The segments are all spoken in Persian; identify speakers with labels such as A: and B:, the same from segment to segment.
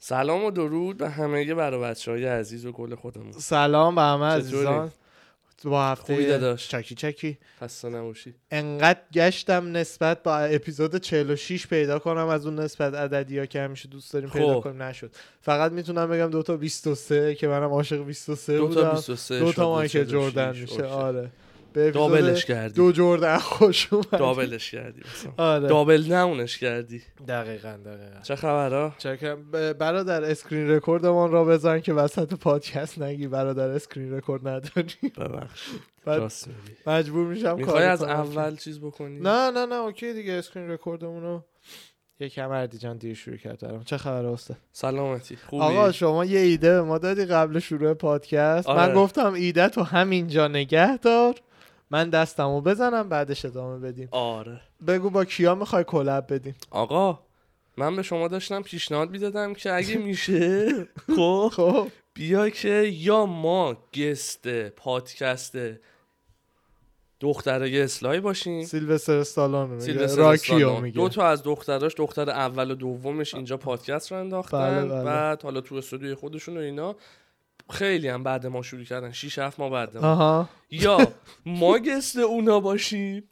A: سلام و درود به همه برا بچه های عزیز و کل خودمون
B: سلام به همه
A: چطوری؟
B: عزیزان با
A: خوبی
B: هفته
A: داداش.
B: چکی چکی
A: خسته نباشی
B: انقدر گشتم نسبت با اپیزود 46 پیدا کنم از اون نسبت عددی ها که همیشه دوست داریم پیدا
A: خب.
B: کنیم نشد فقط میتونم بگم دو تا 23 که منم عاشق 23
A: دو تا
B: بودم
A: 23
B: دو
A: شد،
B: تا مایکل
A: 46.
B: جردن میشه
A: اوکی.
B: آره به اپیزود
A: دابلش کردی
B: دو جردن خوش اومد
A: دابلش کردی مثلا.
B: آره
A: دابل نمونش کردی
B: دقیقا دقیقا
A: چه خبرها
B: چکم ب- برادر اسکرین رکوردمان را بزن که وسط پادکست نگی برادر اسکرین رکورد نداری
A: ببخشید
B: بعد
A: راست میگی
B: مجبور میشم
A: میخوای
B: کار
A: از
B: کنم.
A: اول چیز بکنی
B: نه نه نه اوکی دیگه اسکرین رکوردمون رو یکم اردی جان دیر شروع کرد برام چه خبر استاد
A: سلامتی خوبی
B: آقا شما یه ایده به ما دادی قبل شروع پادکست
A: آره.
B: من گفتم ایده تو همینجا نگه دار من دستمو بزنم بعدش ادامه بدیم
A: آره
B: بگو با کیا میخوای کلب بدیم
A: آقا من به شما داشتم پیشنهاد میدادم که اگه میشه خب
B: خب
A: بیا که یا ما گست پادکست دختره اسلای باشیم
B: سیلوستر استالون
A: سیلوستر
B: راکیو
A: استالون.
B: میگه
A: دو تا از دختراش دختر اول و دومش اینجا پادکست رو انداختن
B: بله، بله.
A: بعد حالا تو استودیوی خودشون و اینا خیلی هم بعد ما شروع کردن 6 7 ما بعد ما
B: آها
A: یا ما گست اونا باشیم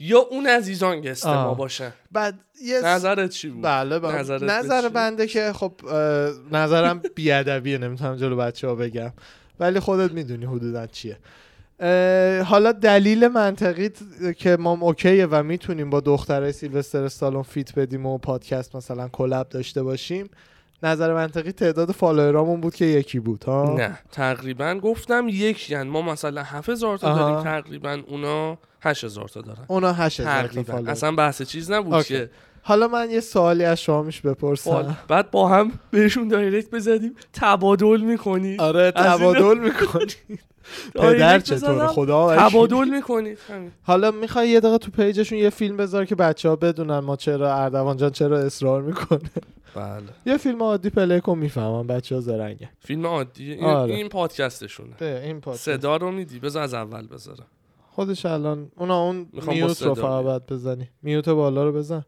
A: یا اون عزیزان گست
B: آه.
A: ما باشن
B: بعد یه س-
A: نظرت چی بود
B: بله بله
A: نظرت به
B: نظر
A: چی؟
B: بنده که خب اه، نظرم بیادبیه نمیتونم جلو بچه ها بگم ولی خودت میدونی حدودا چیه اه، حالا دلیل منطقی ت- که ما اوکیه و میتونیم با دختره سیلوستر سالن فیت بدیم و پادکست مثلا کلب داشته باشیم نظر منطقی تعداد فالوورامون بود که یکی بود ها
A: نه تقریبا گفتم یکی هن. ما مثلا 7000 تا
B: آها.
A: داریم تقریبا اونا 8000 تا دارن
B: اونا 8000 تا
A: تقریبا
B: فالوور
A: اصلا بحث چیز نبود
B: اوکی.
A: که
B: حالا من یه سوالی از شما میش
A: بال-
B: بپرسم
A: بعد با هم بهشون دایرکت بزدیم تبادل میکنی
B: آره
A: از اینا-
B: تبادل میکنی آره، پدر
A: دایرکت
B: چطوره
A: بزدم،
B: خدا وکیلی.
A: تبادل میکنی همین.
B: حالا میخوای یه دقیقه تو پیجشون یه فیلم بذار که بچه ها بدونن ما چرا اردوان جان چرا اصرار میکنه
A: بله
B: یه فیلم عادی پلی کن میفهمن بچه ها زرنگه
A: فیلم عادیه این,
B: آره.
A: این پادکستشونه
B: این
A: صدا رو میدی بذار از اول بذارم
B: خودش الان اونا اون
A: میخوام با
B: میوت
A: صدا
B: رو فقط باید بزنی میوت بالا رو بزن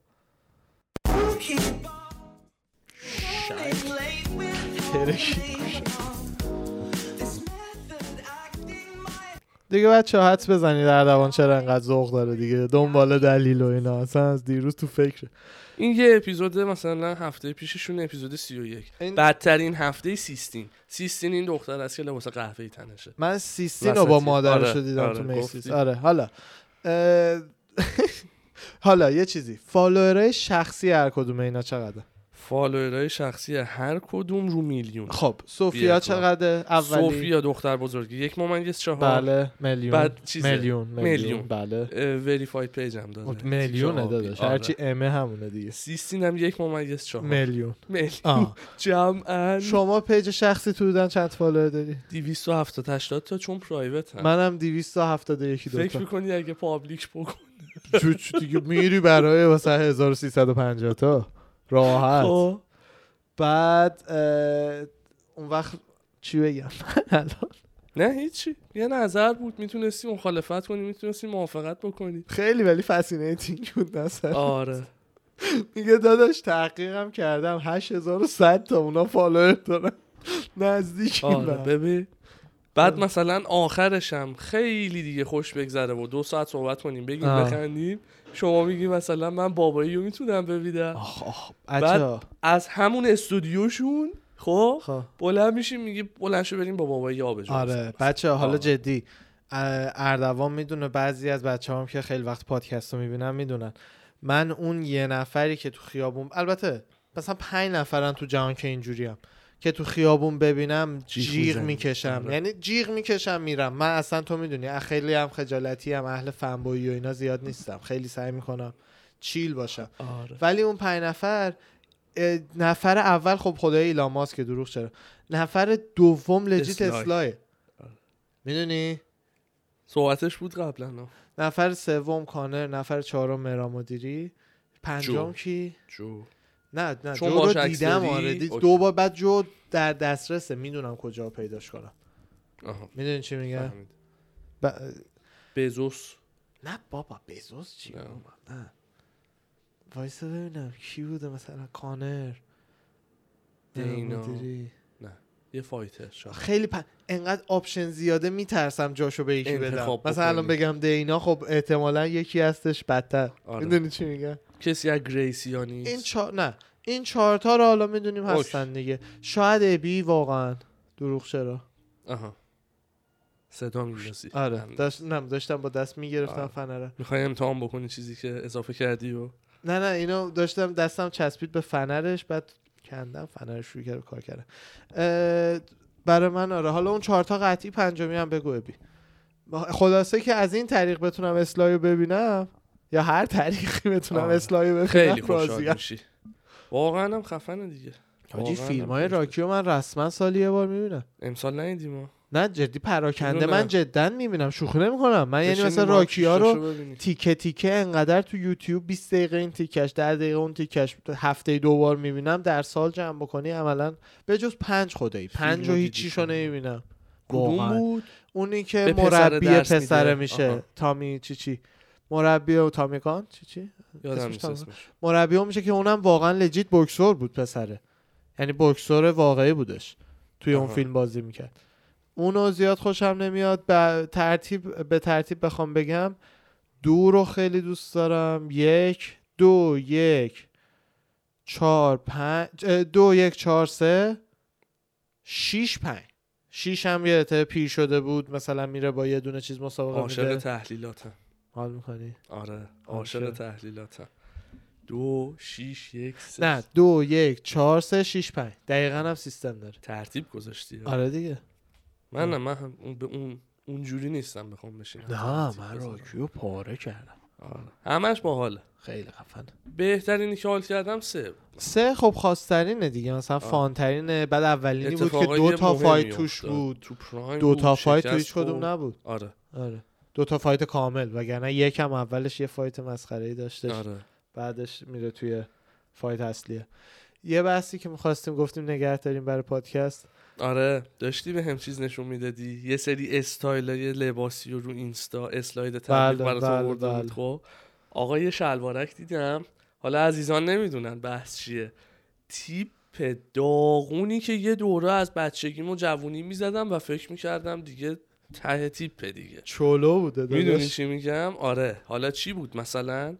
B: دیگه بچه ها حدس بزنید اردوان چرا انقدر ذوق داره دیگه دنبال دلیل و اینا اصلا از دیروز تو فکره
A: این یه اپیزود مثلا هفته پیششون اپیزود 31
B: این-
A: بدترین هفته سیستین سیستین این دختر است که لباس قهوه‌ای تنشه
B: من سیستین رو با
A: وسطی.
B: مادرش
A: آره،
B: رو دیدم
A: آره،
B: تو میسیس
A: گفتی.
B: آره حالا اه، حالا یه چیزی فالوورای شخصی هر کدوم اینا چقدر
A: فالوورای شخصی هر کدوم رو میلیون
B: خب
A: بیا
B: سوفیا
A: تو.
B: چقدر اولی
A: سوفیا دختر بزرگی یک ممیز چهار
B: بله میلیون
A: بعد چیزه.
B: میلیون
A: میلیون.
B: میلیون بله
A: وریفاید پیج هم داره
B: میلیون
A: آبی.
B: داداش
A: آره.
B: هرچی امه همونه دیگه
A: سیستین هم یک ممیز چهار
B: میلیون
A: میلیون
B: آه.
A: جمعا
B: شما پیج شخصی تو دودن چند فالوور داری
A: 270 80 تا چون پرایوت هم
B: منم 271 دو
A: فکر
B: تا
A: میکنی اگه پابلیک بکن
B: چو- چو دیگه میری برای واسه 1350 تا راحت
A: آه.
B: بعد اه، اون وقت چی بگم من الان
A: نه هیچی یه نظر بود میتونستی مخالفت کنی میتونستی موافقت بکنی
B: خیلی ولی فسینیتینگ بود نصر
A: آره
B: میگه داداش تحقیقم کردم 8100 تا اونا فالوور دارن نزدیکی
A: آره
B: من
A: ببین بعد
B: آره.
A: مثلا آخرش هم خیلی دیگه خوش بگذره و دو ساعت صحبت کنیم بگیم
B: آه.
A: بخندیم شما میگی مثلا من بابایی رو میتونم ببینم
B: آخ آخ
A: بعد از همون استودیوشون خب
B: خب.
A: بلند میشیم میگی بلند شو بریم با بابایی آبجو
B: آره بچه ها، حالا
A: آره.
B: جدی اه، اردوان میدونه بعضی از بچه هم که خیلی وقت پادکست رو میبینن میدونن من اون یه نفری که تو خیابون البته مثلا پنج نفرن تو جهان که اینجوری هم که تو خیابون ببینم
A: جیغ
B: جیغ
A: می‌زنی.
B: میکشم
A: آره.
B: یعنی جیغ میکشم میرم من اصلا تو میدونی اه، خیلی هم خجالتی هم اهل فنبویی و اینا زیاد نیستم خیلی سعی میکنم چیل باشم
A: آره
B: ولی اون پنج نفر اه، نفر اول خب خدای ایلان ماسک دروغ چرا نفر دوم لجیت
A: اسلای. آره.
B: اسلای میدونی
A: صحبتش بود قبلا
B: نفر سوم کانر نفر چهارم مرامدیری
A: جو.
B: پنجم کی
A: جو
B: نه نه
A: چون
B: جو
A: باش
B: رو
A: عکس
B: دیدم
A: داری؟
B: آره دید
A: اوکی.
B: دو بار بعد جو در دسترسه میدونم کجا پیداش کنم
A: آها
B: میدونی چی میگم
A: فهمید.
B: ب-
A: بزوس
B: نه بابا بزوس چی
A: نه.
B: بابا، نه وایسا ببینم کی بوده مثلا کانر
A: دینا
B: مدیری.
A: یه فایتر شاید
B: خیلی پ... انقدر آپشن زیاده میترسم جاشو به یکی بدم
A: انتخاب
B: مثلا الان
A: بکنی.
B: بگم دینا خب احتمالا یکی هستش بدتر
A: آره.
B: میدونی چی میگم
A: کسی از گریسیا نیست
B: این چهار نه این چهارتا رو حالا میدونیم
A: اوکی.
B: هستن دیگه شاید ابی واقعا دروغ چرا
A: آها صدا می‌شناسی
B: آره داشت نم داشتم با دست میگرفتم
A: آره.
B: فنره
A: میخوای امتحان بکنی چیزی که اضافه کردی و
B: نه نه اینو داشتم دستم چسبید به فنرش بعد کندم فنرش شروع کرد به کار کردم اه، برای من آره حالا اون چهارتا قطعی پنجمی هم بگو بی خلاصه که از این طریق بتونم اسلایو ببینم یا هر طریقی بتونم
A: آره.
B: اسلایو ببینم
A: خیلی خوشحال
B: راضیم.
A: میشی واقعا هم خفنه دیگه
B: حاجی
A: واقعاً هم
B: فیلم های
A: خفنه.
B: راکیو من رسما سالی یه بار میبینم
A: امسال ندیدیم ما
B: نه جدی پراکنده
A: میدونم.
B: من جدا میبینم شوخی نمیکنم من یعنی
A: بشینیم
B: مثلا
A: ما
B: راکیا
A: پیشتاشو
B: رو
A: ببینیم.
B: تیکه تیکه انقدر تو یوتیوب 20 دقیقه این تیکش 10 دقیقه اون تیکش هفته دو بار میبینم در سال جمع بکنی عملا به جز پنج خدایی پنج و
A: دیدی
B: هیچیشو
A: شما؟
B: نمیبینم
A: کدوم
B: واقعا.
A: بود
B: اونی
A: به
B: که
A: پسر
B: مربی
A: درس
B: پسر,
A: میده.
B: میشه
A: آها.
B: تامی چی چی مربی و تامی کان چی چی
A: یادم
B: اسمش
A: نیست
B: تام-
A: اسمش
B: مربی اون میشه که اونم واقعا لجیت بکسور بود پسره یعنی بکسور واقعی بودش توی اون
A: آها.
B: فیلم بازی میکرد اونو زیاد خوشم نمیاد به ترتیب به ترتیب بخوام بگم دو رو خیلی دوست دارم یک دو یک چهار پنج اه، دو یک چهار سه شیش پنج شیش هم یه ته پیر شده بود مثلا میره با یه دونه چیز مسابقه
A: عاشق
B: میده
A: تحلیلاتم
B: حال میکنی
A: آره
B: عاشق.
A: عاشق تحلیلاتم دو شیش یک سه
B: نه دو یک چهار سه شیش پنج دقیقا هم سیستم داره
A: ترتیب گذاشتی
B: آره دیگه
A: من نه من هم اون به اون اونجوری نیستم بخوام بشینم
B: نه من راکیو پاره کردم
A: آره. همش باحاله
B: خیلی خفن
A: بهترینی که حال کردم سه بود.
B: سه خب خواسترینه دیگه مثلا
A: آه.
B: فانترینه بعد اولینی یعنی بود که
A: اتفاقای
B: دو تا
A: مهمی
B: فایت توش
A: افتاد.
B: بود
A: تو پرایم
B: دو تا
A: بود،
B: فایت تو
A: شکست
B: هیچ کدوم
A: خورد.
B: نبود
A: آره
B: آره دو تا فایت کامل وگرنه یکم اولش یه فایت مسخره ای داشته
A: آره
B: بعدش میره توی فایت اصلیه یه بحثی که میخواستیم گفتیم نگه داریم برای پادکست
A: آره داشتی به هم چیز نشون میدادی یه سری استایل یه لباسی رو رو اینستا اسلاید تبلیغ
B: بله،
A: برات
B: بله،
A: آورده
B: بله.
A: بود خب آقا یه شلوارک دیدم حالا عزیزان نمیدونن بحث چیه تیپ داغونی که یه دوره از بچگیم و جوونی میزدم و فکر میکردم دیگه ته تیپه دیگه
B: چولو بوده داداش.
A: میدونی چی میگم آره حالا چی بود مثلا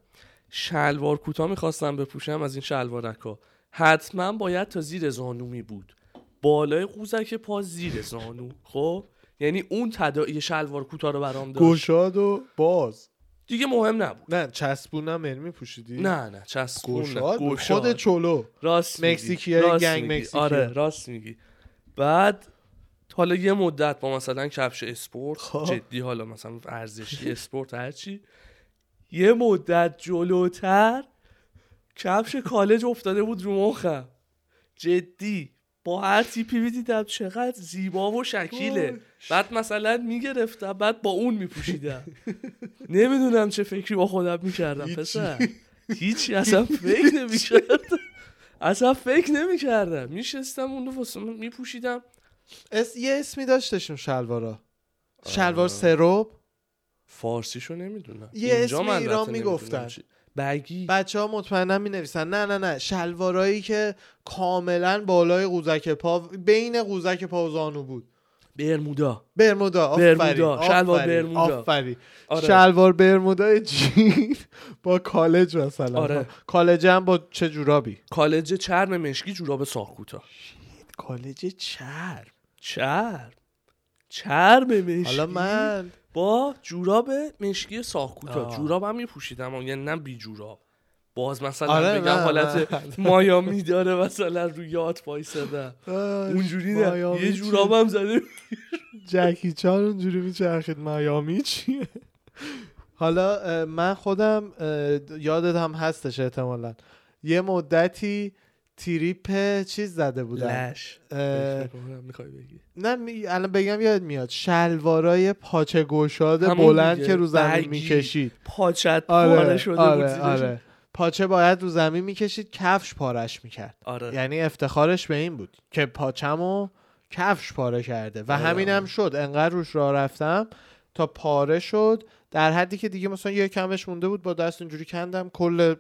A: شلوار کوتاه میخواستم بپوشم از این شلوارکا حتما باید تا زیر زانو میبود بالای قوزک پا زیر زانو خب یعنی اون تداعی شلوار کوتاه رو برام داشت
B: گشاد و باز
A: دیگه مهم نبود
B: نه چسبونم ارمی پوشیدی
A: نه نه چسبون
B: گشاد
A: نه
B: بود.
A: گشاد.
B: خود چولو
A: راست میگی،
B: مکزیکی‌های
A: راست
B: گنگ
A: میگی.
B: مکزیکی‌ها.
A: آره راست میگی بعد حالا یه مدت با مثلا کفش اسپورت
B: خب.
A: جدی حالا مثلا ورزشی اسپورت هرچی یه مدت جلوتر کفش کالج افتاده بود رو مخم جدی با هر تیپی میدیدم چقدر زیبا و شکیله بعد مثلا میگرفتم بعد با اون میپوشیدم نمیدونم چه فکری با خودم میکردم
B: هیچی.
A: پسر هیچی اصلا فکر نمیکردم اصلا فکر نمیکردم میشستم اون رو واسه من میپوشیدم
B: اس یه اسمی داشتشون شلوارا
A: آه.
B: شلوار سروب
A: فارسیشو نمیدونم
B: یه
A: اینجا
B: اسم
A: من
B: ایران
A: البته نمیدونم
B: میگفتن.
A: چی. بگی
B: بچه ها مطمئنا می نویسن نه نه نه شلوارایی که کاملا بالای قوزک پا بین قوزک پا و زانو بود
A: برمودا
B: برمودا آفرین
A: برمودا، شلوار
B: آفرین،
A: برمودا.
B: آفرین.
A: آره.
B: شلوار برمودا جین با کالج مثلا
A: آره.
B: کالج هم با چه جورابی
A: کالج چرم مشکی جوراب ساخکوتا
B: کالج چرم
A: چرم چرم مشکی
B: حالا من
A: با جوراب مشکی ساخکوتا
B: آه.
A: جوراب هم میپوشیدم یعنی نه بی جوراب باز مثلا
B: آره،
A: بگم
B: نه،
A: حالت
B: نه.
A: مایامی داره مثلا روی یاد وایسادم اونجوری نه یه جورابم زده
B: جکی چان اونجوری میچرخید میامی چیه حالا اه، من خودم اه، د- یادت هم هستش احتمالا یه مدتی تریپ چیز زده بودم
A: لش
B: اه،
A: میخوای بگی
B: نه می- الان بگم یاد میاد شلوارای پاچه گشاد
A: همون
B: بلند
A: دیگه.
B: که رو زمین
A: برگی.
B: میکشید
A: پاچت پاره
B: آره
A: شده بود
B: آره
A: زیرش.
B: آره پاچه باید رو زمین میکشید کفش پارش میکرد
A: آره.
B: یعنی افتخارش به این بود که پاچمو کفش پاره کرده و
A: آره،
B: همینم
A: آره.
B: شد انقدر روش راه رفتم تا پاره شد در حدی که دیگه مثلا یه کمش مونده بود با دست اینجوری کندم کل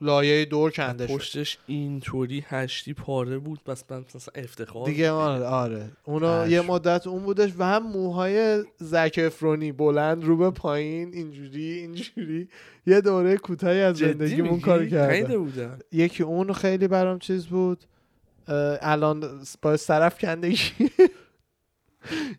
B: لایه دور کنده شد
A: پشتش اینطوری هشتی پاره بود بس من مثلا افتخار
B: دیگه آره آره اونا
A: پشم.
B: یه مدت اون بودش و هم موهای زک افرونی بلند رو به پایین اینجوری اینجوری یه دوره کوتاهی از
A: جدی
B: زندگیمون
A: میگی؟ یعنی
B: کار
A: ندیده
B: کرده
A: بودم
B: یکی اون خیلی برام چیز بود اه، الان با طرف کندگی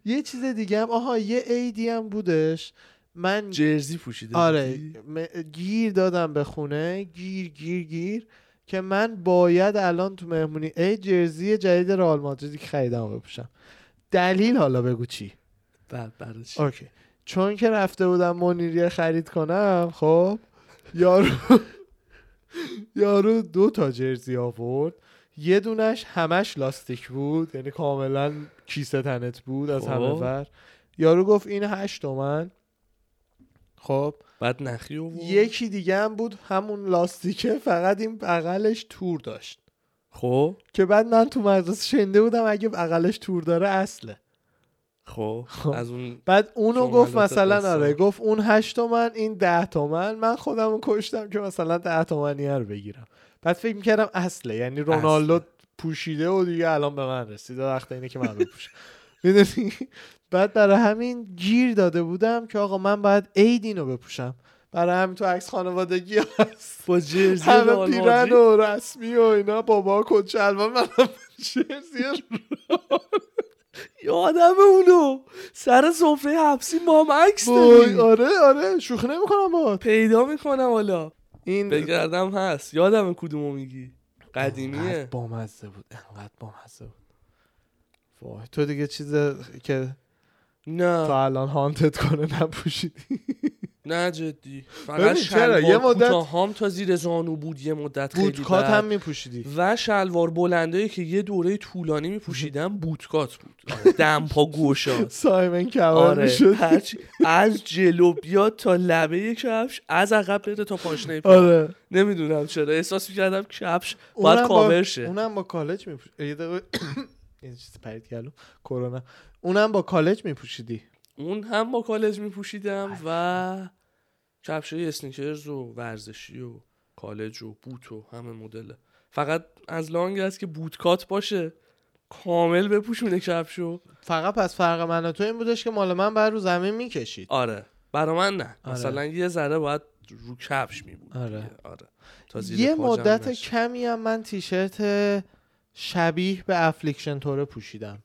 B: یه چیز دیگه هم آها یه ایدی هم بودش من
A: جرزی پوشیده
B: آره
A: بودی؟
B: م- گیر دادم به خونه گیر گیر گیر که من باید الان تو مهمونی ای جرزی جدید رئال مادریدی که خریدم رو بپوشم دلیل حالا بگو چی
A: بعد برای چی
B: اوکی چون که رفته بودم منیریه خرید کنم خب یارو یارو دو تا جرزی آورد یه دونش همش لاستیک بود یعنی کاملا کیسه تنت بود از همه
A: خب.
B: ور یارو گفت این هشت تومن خب
A: بعد نخی و
B: یکی دیگه هم بود همون لاستیکه فقط این بغلش تور داشت
A: خب
B: که بعد من تو مدرسه شنیده بودم اگه بغلش تور داره اصله
A: خب
B: خب.
A: از اون
B: بعد اونو
A: شما
B: گفت
A: البته
B: مثلا
A: قصه.
B: آره گفت اون هشت تومن این ده تومن من خودم رو کشتم که مثلا ده تومنیه رو بگیرم بعد فکر میکردم اصله یعنی رونالدو
A: اصله.
B: پوشیده و دیگه الان به من رسید وقت اینه که من بپوشم میدونی بعد برای همین گیر داده بودم که آقا من باید عیدین رو بپوشم برای همین تو عکس خانوادگی هست
A: با جرزی
B: همه
A: رئال
B: پیرن
A: مادرید
B: و رسمی و اینا بابا کت شلوار منم جرسی
A: یادم اونو سر سفره حبسی ما هم عکس
B: وای،
A: داریم
B: آره آره شوخی نمیکنم با
A: پیدا میکنم حالا
B: این
A: بگردم هست یادم کدومو میگی قدیمیه
B: بامزه بود انقدر بامزه بود وای تو دیگه چیز که
A: نه
B: تا الان هانتت کنه نپوشیدی
A: نه جدی فقط
B: ببین، چرا؟
A: شلوار
B: یه مدت-
A: کوتاهام تا زیر زانو بود یه مدت خیلی
B: بودکات
A: بد.
B: هم میپوشیدی
A: و شلوار بلندایی که یه دوره طولانی میپوشیدم بوتکات بود آره، دمپا گوشاست
B: سایمن کمر
A: آره
B: آره. میشد
A: هرچی از جلو بیاد تا لبه کفش از عقب بره تا پاشنه پا
B: آره
A: نمیدونم چرا احساس میکردم کفش
B: اونم
A: باید
B: با-
A: کاور شه
B: اونم با کالج میپوشیدی یه دقیقه یه چیز پرید گلو کرونا اونم با کالج میپوشیدی
A: اون هم با کالج میپوشیدم و کفش اسنیکرز و ورزشی و کالج و بوت و همه مدل فقط از لانگ است که بوتکات باشه کامل بپوشونه کفشو
B: فقط پس فرق من و تو این بودش که مال من بر رو زمین میکشید
A: آره برا من نه
B: آره.
A: مثلا یه ذره باید رو کفش می بود
B: آره.
A: آره تا زیر
B: یه
A: پاجم
B: مدت
A: نشه.
B: کمی هم من تیشرت شبیه به افلیکشن توره پوشیدم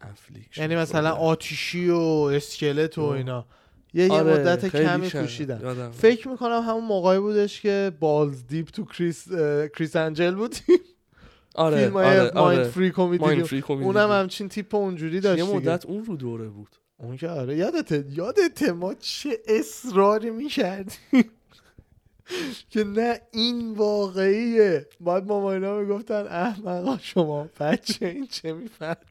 A: افلیکشن
B: یعنی مثلا
A: شده.
B: آتیشی و اسکلت و
A: آه.
B: اینا یه, یه
A: آره،
B: مدت
A: خیلی
B: کمی
A: کم.
B: پوشیدم
A: یادم.
B: فکر میکنم همون موقعی بودش که بالز دیپ تو کریس اه، کریس انجل بود
A: آره
B: فیلم های
A: آره
B: مایند
A: آره.
B: فری
A: مایند
B: کمدی
A: فری کمدی
B: اونم
A: بود.
B: همچین تیپ اونجوری داشت
A: یه
B: دیگه.
A: مدت اون رو دوره بود
B: اون که آره یادته یادته ما چه اصراری میکردیم که نه این واقعیه باید ماما اینا میگفتن احمقا شما بچه این چه میفهم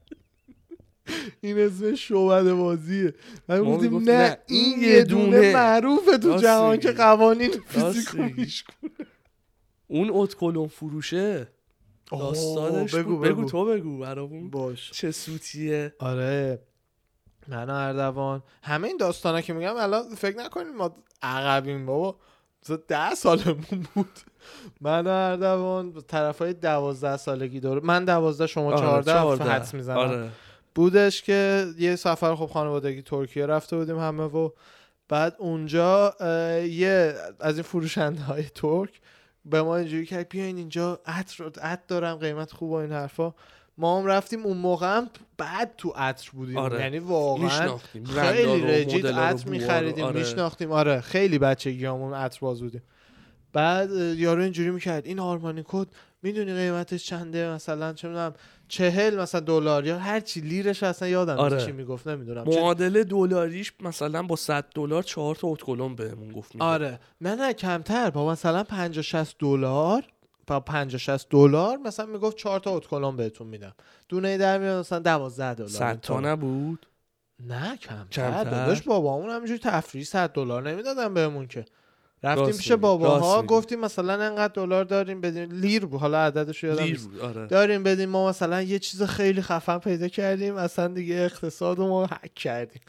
B: این اسم شعبد بازیه و
A: ما
B: گفتیم
A: میگفتیم
B: نه این یه دونه معروفه تو
A: راست
B: جهان
A: میگی.
B: که قوانین
A: راست
B: فیزیکو
A: میگی.
B: میش
A: اون اتکلون فروشه داستانش
B: بگو
A: بود. بگو
B: بگو
A: تو بگو برامون
B: باش
A: چه سوتیه
B: آره منا اردوان همه این داستانا که میگم الان فکر نکنیم ما عقبیم بابا مثلا ده سالمون بود منا اردوان طرف های دوازده سالگی داره من دوازده شما
A: آره،
B: چهارده
A: چهارده.
B: حدس میزنم
A: آره
B: بودش که یه سفر خب خانوادگی ترکیه رفته بودیم همه و بعد اونجا اه، یه از این فروشنده های ترک به ما اینجوری کرد بیاین اینجا عطر عطر دارم قیمت خوب و این حرفا ما هم رفتیم اون موقع هم بعد تو عطر بودیم
A: آره.
B: یعنی واقعا
A: میشناختیم
B: خیلی رجیت عطر میخریدیم میشناختیم آره خیلی بچگیامون عطر باز بودیم بعد اه، یارو اینجوری میکرد این آرمانی کد میدونی قیمتش چنده مثلا چه میدونم چهل مثلا دلار یا هر چی لیرش اصلا یادم نیست
A: آره.
B: چی میگفت نمیدونم چه-
A: معادله دلاریش مثلا با 100 دلار چهار تا اتکلون بهمون گفت میده.
B: آره نه نه کمتر با مثلا 50 60 دلار با 50 60 دلار مثلا میگفت چهار تا اتکلون بهتون میدم دونه در میاد مثلا 12 دلار
A: 100 تا نبود
B: نه کمتر
A: کمتر؟
B: داداش بابا اون همینجوری تفریح 100 دلار نمیدادن بهمون که رفتیم
A: راست میگی،
B: پیش
A: راست
B: باباها
A: میگی.
B: گفتیم مثلا انقدر دلار داریم بدین لیر بود حالا عددش رو یادم
A: لیر
B: نیست.
A: بود، آره
B: داریم بدیم ما مثلا یه چیز خیلی خفن پیدا کردیم اصلا دیگه اقتصاد رو ما حک کردیم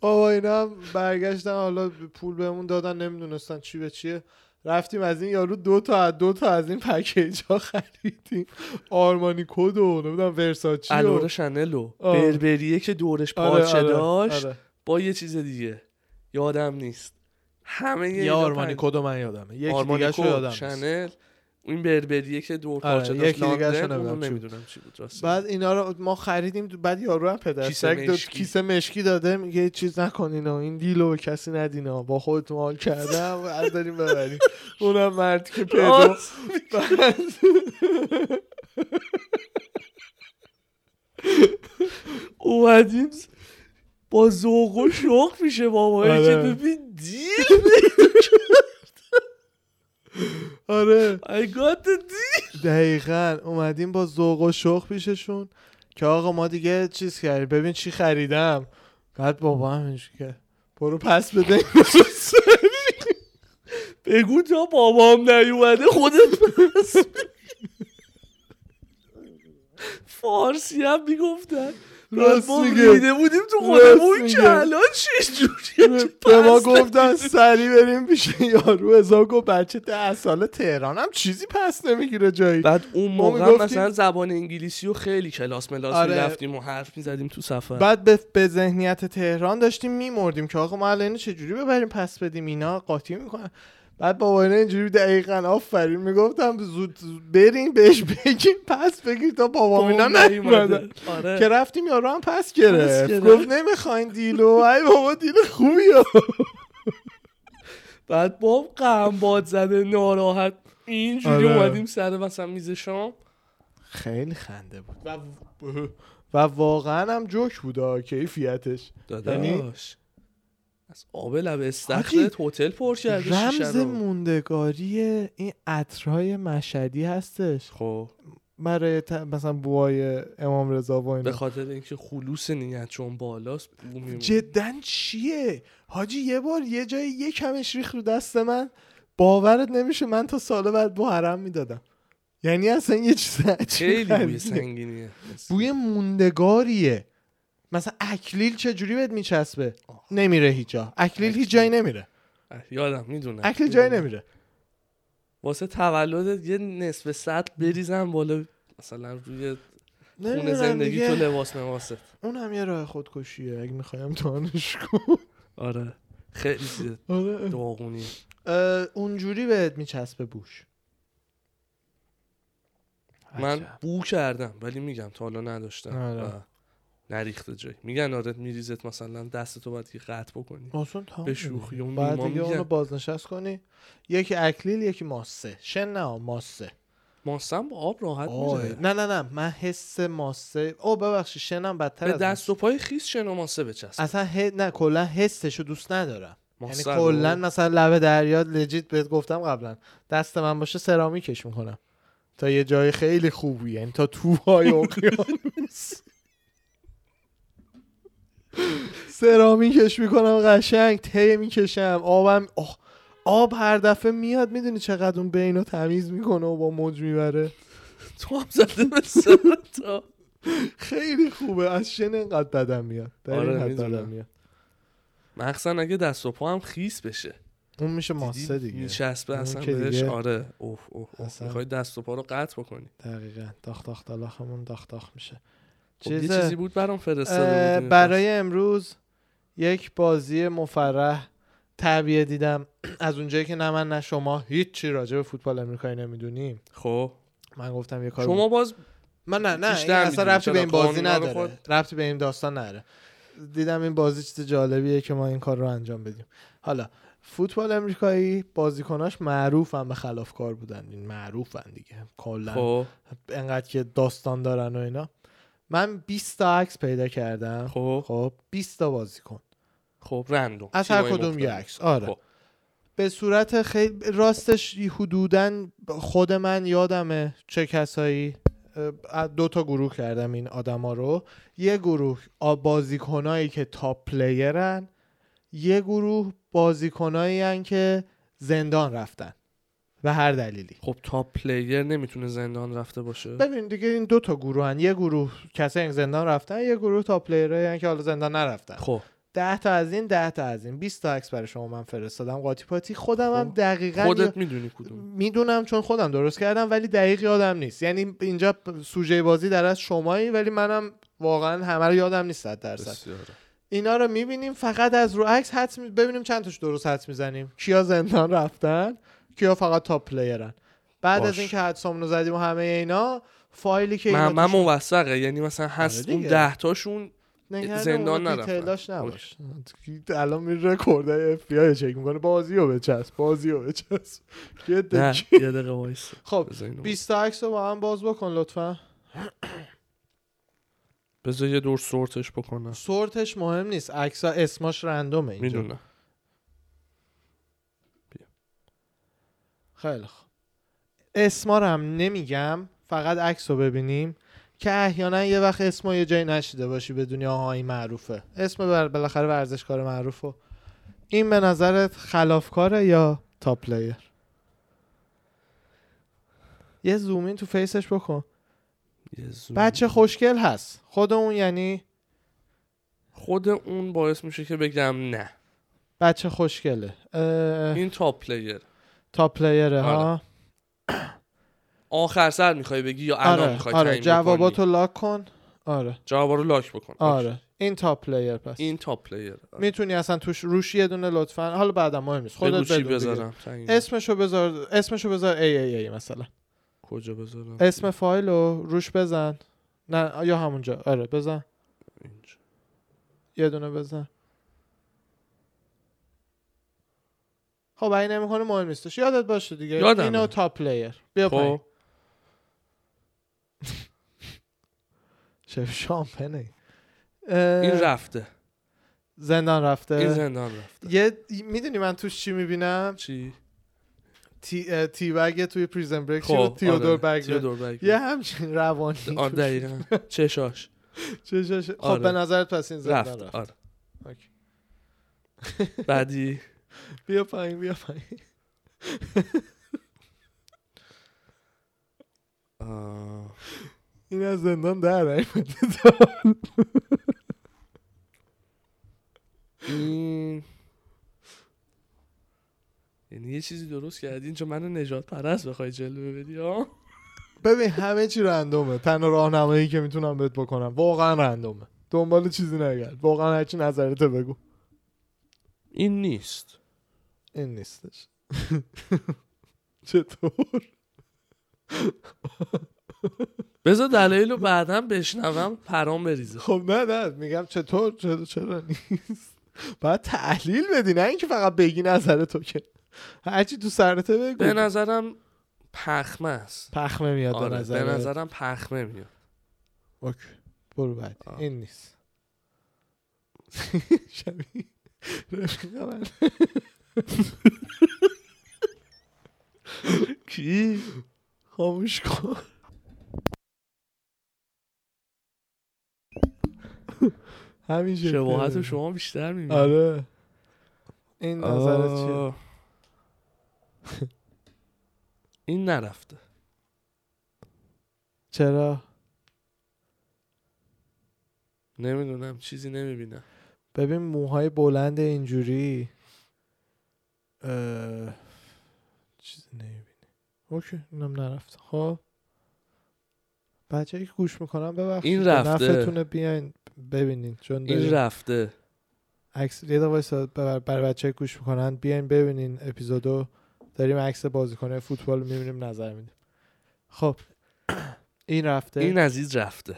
B: بابا اینا هم برگشتن حالا پول بهمون دادن نمیدونستن چی به چیه رفتیم از این یارو دو تا از دو تا از این پکیج ها خریدیم آرمانی کد و نمیدونم ورساچی و
A: الور شنلو
B: آه.
A: بربریه که دورش
B: آره،
A: پارچه
B: آره،
A: داشت
B: آره.
A: با یه چیز دیگه یادم نیست همه
B: یه
A: اینا
B: آرمانی
A: پنج-
B: کد من یادمه یک
A: آرمانی
B: دیگه
A: کد،
B: یادم نیست.
A: شنل این بربریه که دور
B: آره،
A: پارچه
B: یکی
A: داشت
B: دیگه‌شو
A: لاندن
B: نمیدونم
A: اونو
B: چی بود.
A: نمیدونم چی بود راست
B: بعد اینا رو ما خریدیم بعد یارو هم پدر
A: کیسه
B: سگ داد
A: مشکی.
B: کیسه مشکی داده میگه چیز نکنین و این دیلو به کسی ندین و با خودتون حال کردم از داریم ببریم اونم مرد که پیدا
A: راست. اومدیم با ذوق و شوق میشه بابایی که
B: آره.
A: ببین دیل
B: آره
A: I got the deal
B: دقیقا اومدیم با ذوق و شوق پیششون که آقا ما دیگه چیز کردیم ببین چی خریدم بعد بابا هم اینجوری که برو پس بده
A: بگو تا بابام نیومده خودت پس فارسی هم میگفتن
B: راست
A: ما
B: میگه.
A: ریده بودیم تو
B: راست
A: خودمون
B: میگه.
A: که الان چه جوریه که
B: به ما
A: پس
B: گفتن سری بریم پیش یارو هزار گفت بچه ده سال تهران هم چیزی پس نمیگیره جایی
A: بعد اون
B: ما
A: موقع
B: می‌گفتیم-
A: هم مثلا زبان انگلیسی رو خیلی کلاس ملاس
B: آره.
A: میرفتیم و حرف میزدیم تو سفر
B: بعد به, به ذهنیت تهران داشتیم میمردیم که آقا ما الان اینو چجوری ببریم پس بدیم اینا قاطی میکنن بعد بابا اینا اینجوری دقیقا آفرین میگفتم زود زود بریم بهش بگیم پس بگیر تا بابا اینا
A: بابام نیومده.
B: نیومدن
A: آره.
B: که رفتیم یارو هم پس گرفت
A: گرفت.
B: گفت نمیخواین دیلو ای بابا دیل خوبیه
A: بعد با غم باد زده ناراحت اینجوری
B: آره.
A: اومدیم سر مثلا میز شام
B: خیلی خنده بود و, و واقعا هم جوک بود آه، کیفیتش یعنی؟
A: داداش از آب لب
B: حاجی،
A: استخرت هتل پر کرده
B: رمز
A: شیشه رو.
B: موندگاری این عطرهای مشهدی هستش
A: خب
B: برای ت- مثلا بوهای امام رضا و
A: به
B: اینا
A: خاطر اینکه خلوص نیت چون بالاست بو می‌مونه.
B: جدا چیه حاجی یه بار یه جای یه کمش ریخ رو دست من باورت نمیشه من تا سال بعد بو حرم میدادم یعنی اصلا یه چیز عجیب
A: خیلی بوی
B: غریبیه.
A: سنگینیه
B: بوی موندگاریه مثلا اکلیل چجوری بهت میچسبه نمیره هیچ جا اکلیل هیچ جایی نمیره
A: اه، یادم میدونم
B: اکلیل جایی نمیره
A: واسه تولدت یه نصف سطل بریزم بالا مثلا روی خونه
B: نمی‌دونم
A: زندگی
B: دیگه.
A: تو لباس نماست
B: اون هم یه راه خودکشیه اگه میخوایم دانش کن
A: آره خیلی چیز
B: آره.
A: داغونیه
B: اه، اونجوری بهت میچسبه بوش
A: من
B: عجب.
A: بو کردم ولی میگم تا حالا نداشتم
B: آره.
A: و نریخته جایی میگن آره میریزت مثلا دستتو باید که قطع بکنی
B: اصلا تمام
A: به شوخی
B: شده.
A: اون
B: بعد
A: نیما
B: دیگه
A: میگن.
B: اونو بازنشست کنی یکی اکلیل یکی ماسه شن نه ماسه
A: ماستم با آب راحت
B: آه،
A: میره
B: نه نه نه من حس ماسه او ببخشید شنم بدتر
A: به
B: از
A: دست و پای خیس شنا ماسه بچسب
B: اصلا ه... نه کلا حسشو دوست ندارم یعنی
A: ماسه رو-
B: کلا مثلا لب دریا لجیت بهت گفتم قبلا دست من باشه سرامیکش میکنم تا یه جای خیلی خوبی یعنی تا توهای اقیانوس سرامیکش میکنم قشنگ ته میکشم آبم آه، آب هر دفعه میاد میدونی چقدر اون بین رو تمیز میکنه و با موج میبره
A: تو هم زده به سرت آه.
B: خیلی خوبه از شن اینقدر بدم میاد در
A: آره،
B: اینقدر
A: می‌دونم.
B: بدم میاد
A: مخصوصا اگه دست و پا هم خیس بشه
B: اون میشه ماسه دیگه
A: میچسبه
B: اون
A: اصلا
B: که
A: بهش
B: دیگه-
A: آره اوه اوه اوه
B: اصلا.
A: میخوای دست و پا رو قطع بکنی
B: دقیقا داخت داخت دالاخمون داخت داخت میشه
A: خب یه
B: چیزه.
A: چیزی بود برام فرستاده
B: اه،
A: بودی.
B: برای امروز یک بازی مفرح تعبیه دیدم از اونجایی که نه من نه شما هیچی راجع به فوتبال امریکایی نمیدونیم
A: خب
B: من گفتم یه کار بله.
A: شما باز
B: من نه نه این
A: بیشتر می‌دونی.
B: اصلا ربطی به
A: چرا
B: این بازی
A: قانونا رو
B: نداره
A: خود-
B: ربطی به این داستان نداره دیدم این بازی چیز جالبیه که ما این کار رو انجام بدیم حالا فوتبال امریکایی بازیکناش معروفن به خلافکار بودن این معروفن دیگه کلا
A: خب
B: انقدر که داستان دارن و اینا من 20 تا عکس پیدا کردم
A: خب
B: خب 20 تا بازی کن
A: خب رندوم
B: از هر
A: تیمای
B: کدوم
A: مختلف.
B: یه عکس آره
A: خب.
B: به صورت خیلی راستش حدودا خود من یادمه چه کسایی اه، دو تا گروه کردم این آدما رو یه گروه آ- بازیکنایی که تاپ پلیرن یه گروه بازیکنایی که زندان رفتن و هر دلیلی
A: خب تاپ پلیر نمیتونه زندان رفته باشه
B: خب. ببین دیگه این دو تا گروهن یه گروه کسایی که زندان رفتن یه گروه تا پلیرایی که حالا زندان نرفتن
A: خب
B: ده تا از این ده تا از این 20 تا عکس برای شما من فرستادم قاطی پاتی خودم هم
A: خب.
B: دقیقاً
A: خودت میدونی کدوم
B: میدونم چون خودم درست کردم ولی دقیق یادم نیست یعنی اینجا پ- سوژه بازی در از شمایی ولی منم واقعا همه رو یادم نیست 100 درصد
A: بسیاره. باش.
B: از اینکه حدسامون رو زدیم و همه اینا فایلی که اینا
A: من من
B: توش
A: موثقه یعنی مثلا هست
B: آره
A: اون
B: دیگه.
A: ده تاشون
B: نکرده،
A: زندان
B: اون
A: نرفتن.
B: دیتیلاش نباش الان میره رکورد اف بی آی چک میکنه بازی رو بچسب بازی رو بچسب یه
A: نه
B: دکی.
A: یه دقیقه وایس
B: خب
A: بذار اینو-
B: 20 تا عکس رو با هم باز بکن لطفا
A: بذار یه دور سورتش بکنم
B: سورتش مهم نیست عکس اسماش رندومه اینجا
A: میدونم
B: خیلی خوب اسما رو هم نمیگم فقط عکس رو ببینیم که احیانا یه وقت اسم رو یه جایی نشیده باشی بدونی آها این معروفه اسم بر بالاخره ورزشکار معروف و این به نظرت خلافکاره یا تاپ پلیر یه زومین تو فیسش بکن
A: یه زوم.
B: بچه خوشگل هست خودمون یعنی
A: خود اون باعث میشه که بگم نه
B: بچه خوشگله اه،
A: این تاپ پلیر آره.
B: تاپ پلیره ها
A: آخر سر میخوای بگی یا الان
B: آره
A: میخوای
B: آره
A: تعیین
B: جواباتو
A: بکنی؟
B: لاک کن آره
A: جوابا رو لاک بکن اوکی.
B: آره این تاپ پلیر پس
A: این تاپ پلیر
B: میتونی اصلا توش روش یه دونه لطفا حالا بعدم مهم نیست
A: بگو
B: خودت
A: چی
B: بدون دیگه.
A: بذارم تعیین.
B: اسمشو بذار اسمشو بذار ای ای ای مثلا
A: کجا بذارم
B: اسم فایل رو روش بزن نه یا همونجا آره بزن
A: اینجا.
B: یه دونه بزن خب این نمیکنه مهم نیستش یادت باشه دیگه
A: یادمه.
B: اینو تاپ پلیر بیا پایین
A: خب
B: شف شامپنه
A: این رفته
B: زندان رفته
A: این زندان رفته
B: یه میدونی من توش چی میبینم
A: چی
B: تی, اه، تی بگ توی پریزن بریک چی
A: خب،
B: بود؟ تیودور
A: آره.
B: بگ
A: تیودور بگ
B: یه همچین روانی
A: آره
B: توش.
A: دقیقا چشاش
B: چشاش- خب
A: آره.
B: به نظرت پس این زندان
A: رفت
B: رفت
A: آره
B: اوکی.
A: بعدی
B: بیا پایین بیا پایین
A: آه،
B: این از زندان در نیومد.
A: این یعنی یه چیزی درست کردی اینجا منو نجات پرست بخوای جلوه بدی ها
B: ببین همه چی رندومه تنها راهنمایی که میتونم بهت بکنم واقعا رندومه دنبال چیزی نگرد واقعا هرچی نظرته بگو
A: این نیست
B: این نیستش چطور
A: بذار دلایل رو بعدا بشنوم پرام بریزه
B: خب نه نه میگم چطور چرا چرا نیست باید تحلیل بدی نه اینکه فقط بگی نظر تو که هرچی تو سرته بگو
A: به نظرم پخمه است
B: پخمه میاد
A: آره،
B: به
A: به
B: نظر
A: نظرم پخمه میاد
B: اوکی برو بعد
A: آه.
B: این نیست شبیه رفیق من.
A: کی
B: خاموش کن همین شکلی
A: شباهت
B: داره.
A: رو شما بیشتر میبینی
B: آره این نظرت چیه
A: آه. این نرفته
B: چرا
A: نمیدونم چیزی نمیبینم
B: ببین موهای بلند اینجوری اه... چیزی نمیبینی اوکی اینم نرفت خب بچه که گوش میکنم ببخشید
A: این
B: به
A: رفته.
B: نفعتونه بیاین ببینین چون
A: این
B: داریم
A: رفته
B: عکس یه دقیقه وایسا بر, بر بچه که گوش میکنن بیاین ببینین اپیزودو داریم عکس بازیکنه فوتبال رو میبینیم نظر میدیم خب این رفته
A: این عزیز رفته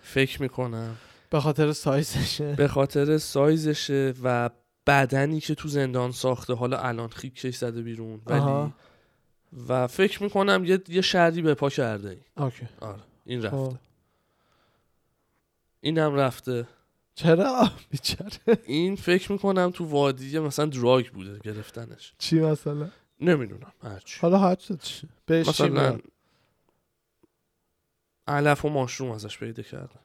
A: فکر میکنم
B: به خاطر سایزشه
A: به خاطر سایزشه و بدنی که تو زندان ساخته حالا الان خیکش زده بیرون ولی
B: آها.
A: و فکر میکنم یه, یه شهری به پا کرده این
B: اوکی
A: آره این رفته
B: خب.
A: این هم رفته
B: چرا بیچاره
A: این فکر میکنم تو وادی مثلا دراگ بوده گرفتنش
B: چی مثلا
A: نمیدونم هرچی
B: حالا حد شد چی؟ بهش چی
A: مثلا
B: میاد؟
A: علف و ماشروم ازش پیدا کردن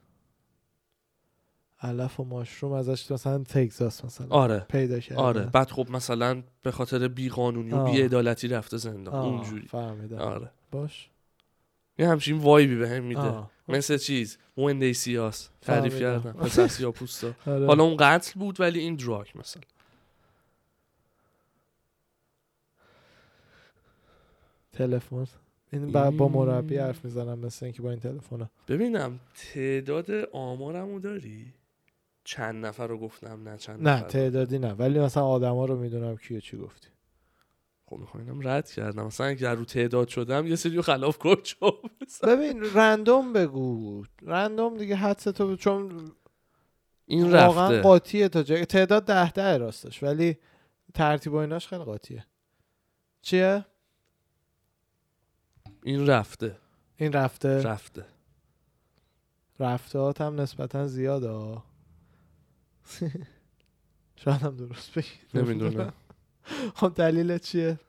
B: علف و ماشروم ازش مثلا تگزاس مثلا
A: آره
B: پیدا کرد
A: آره بعد خب مثلا به خاطر بیقانونی و
B: یعنی؟ آه.
A: بیعدالتی رفته زندان اونجوری
B: فهمیدم
A: آره
B: باش
A: یه همچین وایبی به هم میده
B: آه.
A: مثل چیز وندی سیاس تعریف
B: فهمیدم.
A: کردم پسر سیاپوستا
B: آره.
A: حالا اون قتل بود ولی این دراک مثلا
B: تلفن این با, با مربی حرف میزنم مثل اینکه با این تلفن
A: ببینم تعداد آمارمو داری چند نفر رو گفتم نه چند
B: نه
A: نفر رو.
B: تعدادی نه ولی مثلا آدما رو میدونم کیو چی گفتی
A: خب میخواینم رد کردم مثلا اگه رو تعداد شدم یه سری رو خلاف کرد شد
B: ببین رندوم بگو رندوم دیگه حدس تو ب- چون
A: این
B: واقعا
A: رفته
B: قاطیه تا جایی تعداد ده ده راستش ولی ترتیب و ایناش خیلی قاطیه چیه
A: این رفته
B: این رفته
A: رفته
B: رفتهات هم نسبتا زیاده ها. شاید هم درست بگی
A: نمیدونم
B: خب دلیل چیه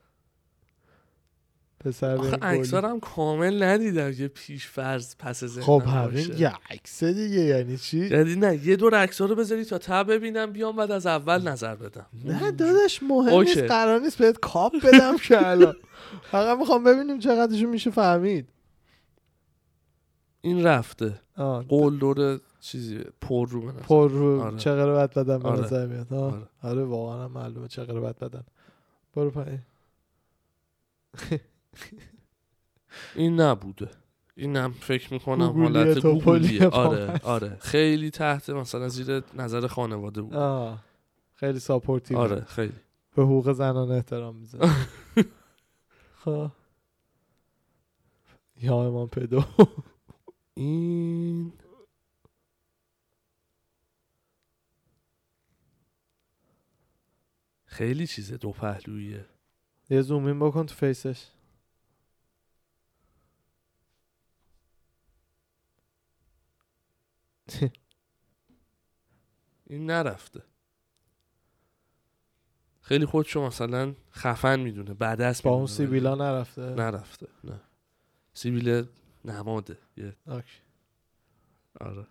B: پسر
A: آخه
B: بهم گلی.
A: اکثرم کامل ندیدم یه پیش فرض پس ذهنم
B: خب
A: باشه.
B: همین یه عکس دیگه یعنی چی
A: یعنی نه یه دور عکس رو بذاری تا ته ببینم بیام بعد از اول نظر بدم
B: نه داداش مهم
A: اوکی.
B: نیست قرار نیست بهت کاپ بدم که الان فقط میخوام ببینیم چقدرشون میشه فهمید
A: این رفته
B: آه.
A: قول دور چیزی پر رو من
B: پر رو
A: آره.
B: چقدر بد بدن به
A: آره.
B: نظر میاد آه.
A: آره.
B: آره. واقعا هم معلومه چقدر بد بدن برو پایین
A: این نبوده اینم فکر میکنم
B: گوگلی
A: حالت
B: توپلی
A: گوگلیه
B: ما
A: آره
B: هست.
A: آره خیلی تحت مثلا زیر نظر خانواده بود
B: آه. خیلی ساپورتیو
A: آره خیلی
B: به حقوق زنان احترام میزن خب یا امام پدو
A: این خیلی چیزه دو پهلویه
B: یه زومین بکن تو فیسش
A: این نرفته خیلی خودشو مثلا خفن میدونه بعدست
B: با
A: میدونه
B: اون
A: ولی
B: سیبیلا نرفته
A: نرفته نه سیبیل نماده یه
B: اوکی.
A: آره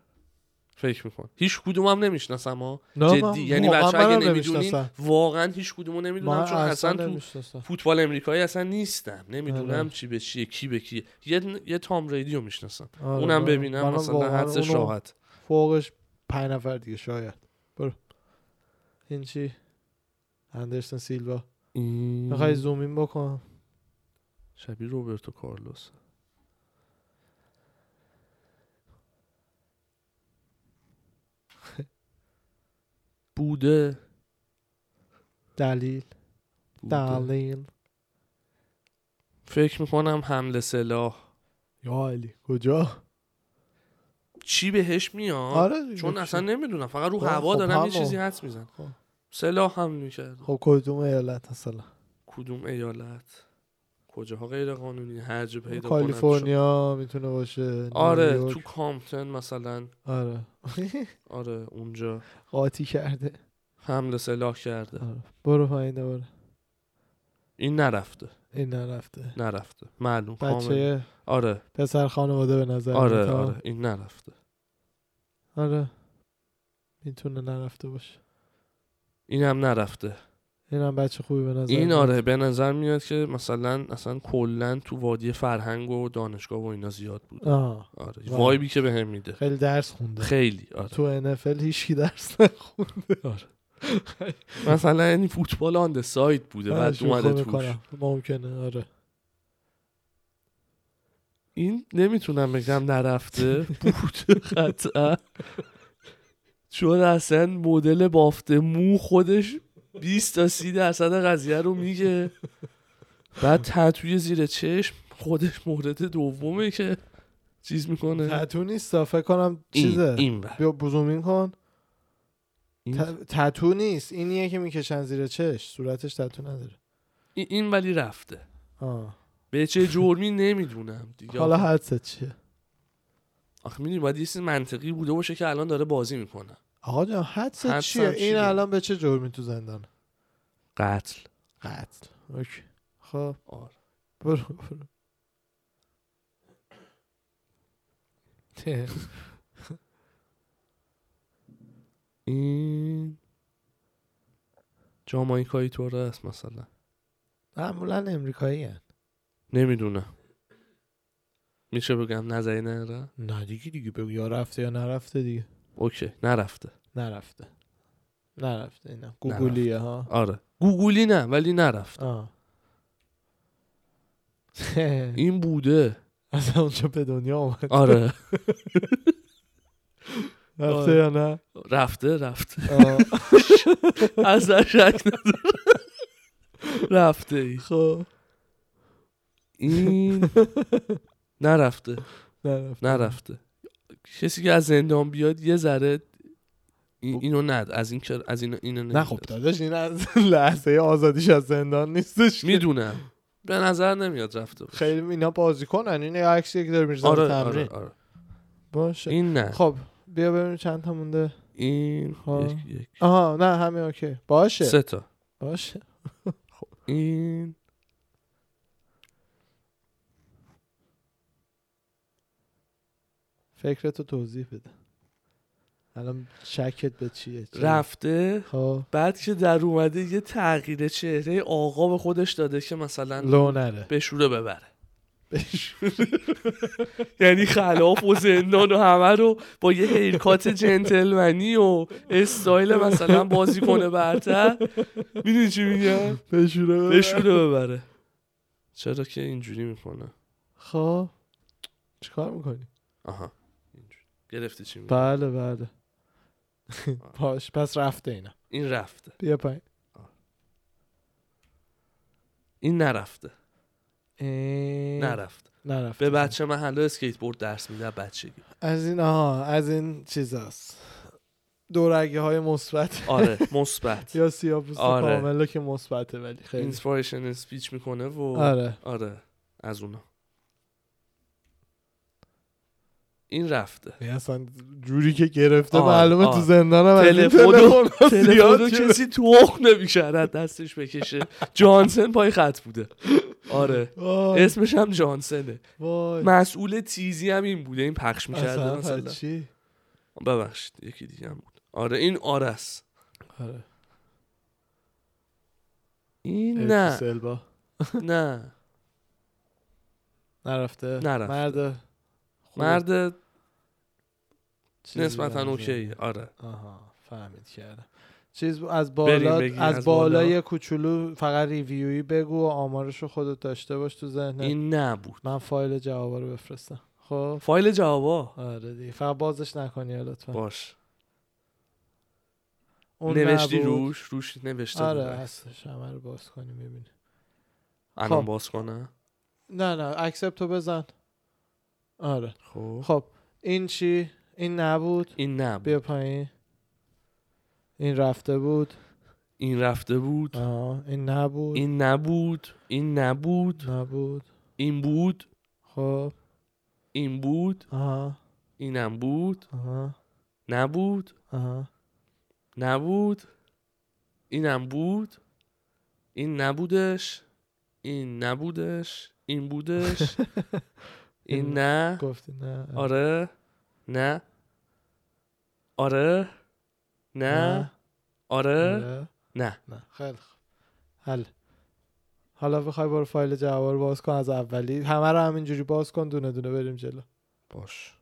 A: فکر میکن هیچ کدومم نمیشناسم ها
B: نه، من
A: جدی یعنی
B: واقعا
A: بچه اگه
B: منم
A: نمیدونین
B: نمی‌شناسم.
A: واقعا هیچ کدومو
B: من
A: نمیدونم چون
B: اصلا
A: اصلا تو
B: نمی‌شناسم.
A: فوتبال امریکایی اصلا نیستم نمیدونم
B: آره.
A: چی به چیه کی به کیه یه, یه تام ریدیو میشناسم
B: آره،
A: اونم
B: من-
A: ببینم
B: منم
A: مثلا
B: واقعا
A: حدسش
B: اونو
A: راحت
B: فوقش پنج نفر دیگه شاید برو این چی اندرسون سیلوا
A: این-
B: میخوای زومین بکن
A: شبیه روبرتو کارلوس بوده
B: دلیل
A: بوده.
B: دلیل
A: فکر میکنم حمله سلاح
B: یا علی کجا
A: چی بهش میاد
B: آره دیگه،
A: چون
B: چی؟
A: اصلا نمیدونم فقط رو
B: خب،
A: هوا
B: خب،
A: دارم
B: همون.
A: یه چیزی حدس میزن
B: خب.
A: سلاح هم میکرد
B: خب کدوم ایالت اصلا
A: کدوم ایالت کجاها غیر قانونی هر جا پیدا کنم شد.
B: کالیفرنیا میتونه باشه
A: آره
B: نیویورک.
A: تو کامپتن مثلا
B: آره
A: آره اونجا
B: قاطی کرده
A: حمله سلاح کرده
B: آره. برو پایین دوباره
A: این نرفته
B: این نرفته
A: نرفته معلوم کامل
B: بچه
A: آره
B: پسر خانواده به نظر
A: آره
B: میاد، آه.
A: آره این نرفته
B: آره میتونه نرفته باشه
A: این هم نرفته
B: اینم بچه خوبی به نظر
A: این
B: میاد.
A: آره به نظر میاد که مثلا اصلا کلا تو وادی فرهنگ و دانشگاه و اینا زیاد بود
B: آه.
A: آره
B: بله.
A: وایبی که بهم میده
B: خیلی درس خونده
A: خیلی آره
B: تو NFL هیچکی درس نخونده
A: مثلا این یعنی فوتبال آن سایت بوده بعد
B: شوخی
A: اومده توش
B: می‌کنم. ممکنه آره
A: این نمیتونم بگم نرفته بود قطعا چون اصلا مدل بافت مو خودش 20 تا 30 درصد قضیه رو میگه بعد تتوی زیر چشم خودش مورد دومه که چیز میکنه
B: تتو نیست فکر کنم
A: این-
B: چیزه
A: این ور.
B: بیا بزومین کن
A: این
B: ت- تتو نیست اینیه که میکشن زیر چش صورتش تتو نداره
A: این- این ولی رفته
B: آه.
A: به چه جرمی نمیدونم دیگه
B: حالا
A: آخه-
B: حدست چیه
A: آخه میدونی باید یه چیز منطقی بوده باشه که الان داره بازی میکنه
B: آقا جان حدست
A: حدسم
B: چیه این
A: چیه؟
B: الان به چه جرمی تو زندان
A: قتل
B: قتل اوکی خب
A: آره.
B: برو برو
A: این جامایکایی توره است مثلا
B: معمولا امریکایی هن.
A: نمیدونم میشه بگم نظری نره
B: نه دیگه دیگه بگو یا رفته یا نرفته دیگه
A: اوکی نرفته
B: نرفته نرفته اینم گوگلیه ها
A: آره گوگولی نه ولی نرفت
B: آه.
A: این بوده
B: از اونجا به دنیا آمد
A: آره
B: رفته یا نه
A: رفته رفته
B: آه.
A: اصلا شک نداره رفته ای
B: خب
A: این نرفته
B: نرفته
A: نرفته کسی که از زندان بیاد یه ذره این- اینو ند از این که- از این اینو
B: خب. نه خب داداش این از لحظه آزادیش از زندان نیستش که.
A: میدونم به نظر نمیاد رفته باشه.
B: خیلی اینا بازیکنن این یه عکس یک داره میرزن
A: آره آره
B: تمرین
A: آره
B: باشه
A: این نه
B: خب بیا ببینیم چند تا مونده
A: این
B: ها.
A: یک یک
B: آها نه همه اوکی باشه
A: سه تا
B: باشه
A: این
B: فکرتو توضیح بده الان شکت به چیه چی؟
A: رفته
B: خب
A: بعد که در اومده یه تغییر چهره آقا به خودش داده که مثلا
B: لو نره
A: به شوره ببره یعنی خلاف و زندان و همه رو با یه هیرکات جنتلمنی و استایل مثلا بازی کنه برتر میدونی چی میگم
B: بشوره
A: به شوره ببره چرا که اینجوری میکنه
B: خب چیکار میکنی
A: آها اینجوری گرفتی چی میگم
B: بله بله باش پس رفته اینا
A: این رفته
B: بیا پایین
A: این نرفته
B: اه،
A: نرفت
B: نرفته
A: به بچه محله اسکیت بورد درس میده بچگی
B: از این آها از این چیزاست دورگه های مثبت
A: آره مثبت
B: یا سیاپوست
A: آره.
B: کاملا که مثبته ولی خیلی
A: اینسپایرشن اسپیچ میکنه و
B: آره
A: آره از اونا این رفته
B: یعنی اصلا جوری که گرفته
A: آه،
B: معلومه
A: آه.
B: تو زندانم از آره، این
A: آره، تلفن و-
B: تلفن
A: تلفن رو
B: زیاد شده.
A: کسی تخم نمیشد از دستش بکشه جانسن پای خط بوده آره
B: وای،
A: اسمش هم جانسنه
B: وای
A: مسئول تیزی هم این بوده این پخش میکرده
B: اصلا
A: مثلا
B: چی
A: ببخشید یکی دیگه هم بود آره این آرس
B: آره
A: این نه
B: سلبا
A: نه
B: نرفته
A: نرفته.
B: مرد خوب
A: مرد
B: خب، چیزی
A: نسبتا
B: بنظر.
A: اوکی آره
B: آها فهمید کردم چیز ب- از
A: بریم
B: بالا
A: بگیم
B: از
A: از بالا.
B: بالای کوچولو فقط ریویویی بگو و آمارش رو خودت داشته باش تو ذهنت
A: این نبود
B: من فایل جوابا رو بفرستم خب
A: فایل جوابا
B: آره دیگه فقط بازش نکنی لطفا
A: باش نوشتی
B: نبود.
A: روش روش نوشته
B: آره
A: بود.
B: هستش همه رو باز کنیم ببینیم
A: الان
B: خب.
A: باز کنم
B: نه نه اکسپت رو بزن آره
A: خب
B: خب این چی این نبود
A: این نبود
B: بیا پایین این رفته بود
A: این رفته بود
B: آه. این نبود
A: این نبود این نبود
B: نبود
A: این بود
B: خب
A: این بود
B: آها
A: اینم بود
B: آها
A: نبود
B: آها
A: نبود اینم بود این نبودش این نبودش این بودش این نه
B: گفتی نه
A: آره نه آره نه آره
B: آره.
A: نه
B: نه خیلی خوب حل حالا بخوای برو فایل جواب رو باز کن از اولی همه رو همینجوری باز کن دونه دونه بریم جلو
A: باش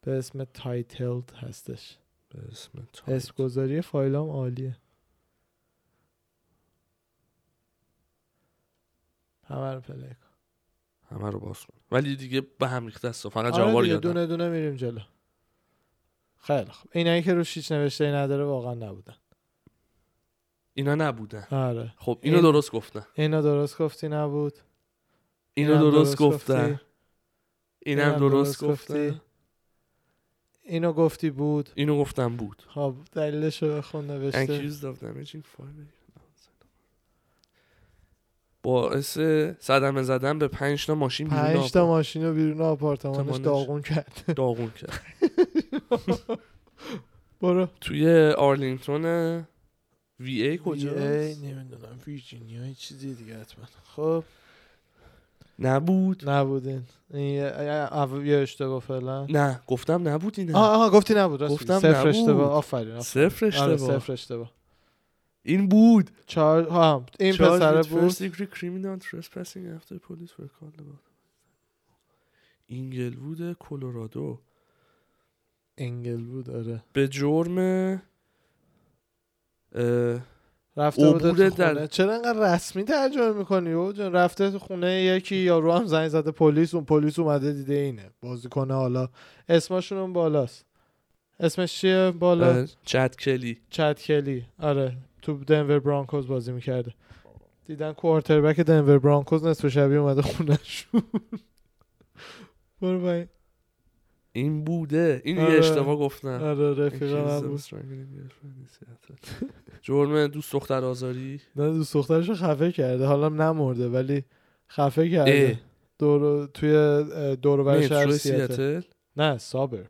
B: به اسم تایتلد هستش
A: به اسم تو.
B: اسم گذاری فایل هم عالیه همه رو پلی کن
A: همه رو باز کن ولی دیگه به هم ریخته است فقط جواب
B: آره
A: رو
B: دیگه
A: یادم
B: دونه دونه میریم جلو خیلی خوب اینایی که روش هیچ نوشته نداره واقعا نبودن
A: اینا نبودن
B: آره
A: خب اینو
B: این-
A: درست گفتن
B: اینو درست گفتی نبود
A: اینو
B: اینم
A: درست گفتن
B: گفتی.
A: اینم درست گفتن
B: گفتی. اینو گفتی بود
A: اینو گفتم بود
B: خب دلیلش رو بخون نوشته
A: accused of damaging foreign باعث صدمه زدن به پنج تا ماشین بیرون
B: پنج تا
A: آپارتمانش
B: ماشین رو بیرون آپارتمانش
A: آپارتمانش.
B: داغون کرد
A: داغون کرد
B: برو
A: توی آرلینگتون وی ای کجاست
B: نمیدونم ویرجینیا چیزی دیگه حتما خب
A: نبود
B: نبودین این یه- یه- یه اشتباه فعلا
A: نه گفتم نبود این
B: آه آه گفتی نبود راست
A: گفتم
B: میگی. صفر
A: نبود.
B: اشتباه آفرین آفرین.
A: صفر
B: آره
A: اشتباه
B: صفر اشتباه
A: این بود
B: چهار ها این
A: Charged
B: پسره
A: with
B: بود
A: first degree criminal trespassing after police were called about. اینگلوود کلرادو
B: انگل بود آره
A: به جرم اه،
B: رفته
A: عبور
B: بوده تو
A: در-
B: خونه. چرا انقدر رسمی ترجمه میکنی او جان رفته تو خونه یکی یارو هم زنگ زده پلیس اون پلیس اومده دیده اینه بازیکن حالا اسمشون اون بالاست اسمش چیه بالا
A: اه، چت کلی
B: چد کلی آره تو دنور برانکوز بازی میکرده دیدن کوارتربک دنور برانکوز نصف شبیه اومده خونهشون برو باید
A: این بوده این
B: آره.
A: یه اشتباه گفتم
B: آره رفیقم هم
A: Accused
B: بود
A: of strangling their friend in Seattle. جرم دوست دختر آزاری
B: نه دوست دخترش رو خفه کرده حالا هم نمرده ولی خفه کرده
A: اه.
B: دور توی اه، دور و بر بله، شهر
A: مترو
B: سیاتل
A: سیاتل
B: نه سابر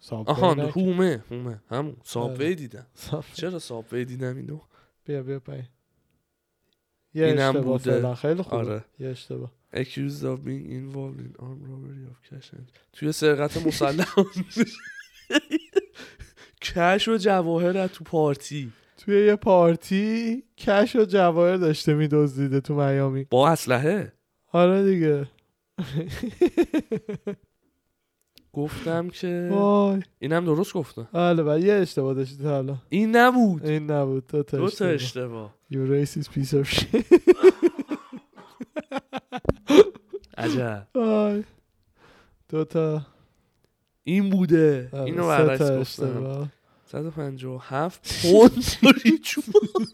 B: سابر
A: آها
B: نه.
A: هومه هومه همون سابوی
B: آره.
A: دیدم
B: سابر.
A: چرا سابوی دیدم اینو
B: بیا بیا پای یه
A: اینم
B: اشتباه
A: بوده.
B: فعلا خیلی خوبه
A: آره.
B: یه اشتباه
A: accused of being involved in armed robbery of cash and توی سرقت مسلح کش و جواهر از تو پارتی
B: توی یه پارتی کش و جواهر داشته میدزدیده تو میامی
A: با اسلحه
B: آره دیگه
A: گفتم که
B: وای
A: اینم درست گفتم
B: آره بعد یه اشتباه داشتی تا حالا
A: این نبود
B: این نبود دو تا
A: دو تا
B: اشتباه
A: اشتباه
B: You racist piece of shit
A: عجب
B: وای. دو تا
A: این بوده
B: آره،
A: اینو
B: سه
A: برعکس گفتم
B: تا اشتباه.
A: 157 پوند توی چوبان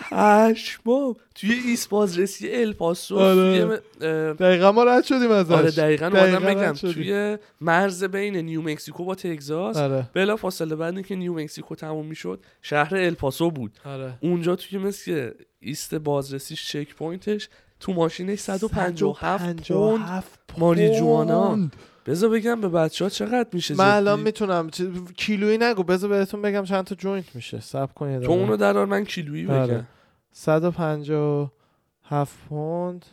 A: پشمام توی ایست بازرسی الپاسو
B: آره.
A: توی اه،
B: دقیقا ما رد شدیم ازش
A: آره دقیقا اومدم
B: دقیقاً
A: بگم
B: رد شدی.
A: توی مرز بین نیو مکزیکو با تگزاس
B: آره
A: بلا فاصله بعد اینکه نیو مکزیکو تموم میشد شهر الپاسو بود
B: آره
A: اونجا توی مثل ایست بازرسیش چک پوینتش تو ماشینش 157 پوند ماریجوانا. بذار بگم به بچه ها چقدر میشه
B: من الان
A: جدی.
B: میتونم چ- کیلویی نگو بذار بهتون بگم چند تا جوینت میشه سب کنید
A: تو اونو درار من کیلویی بگم
B: آره. 157 پوند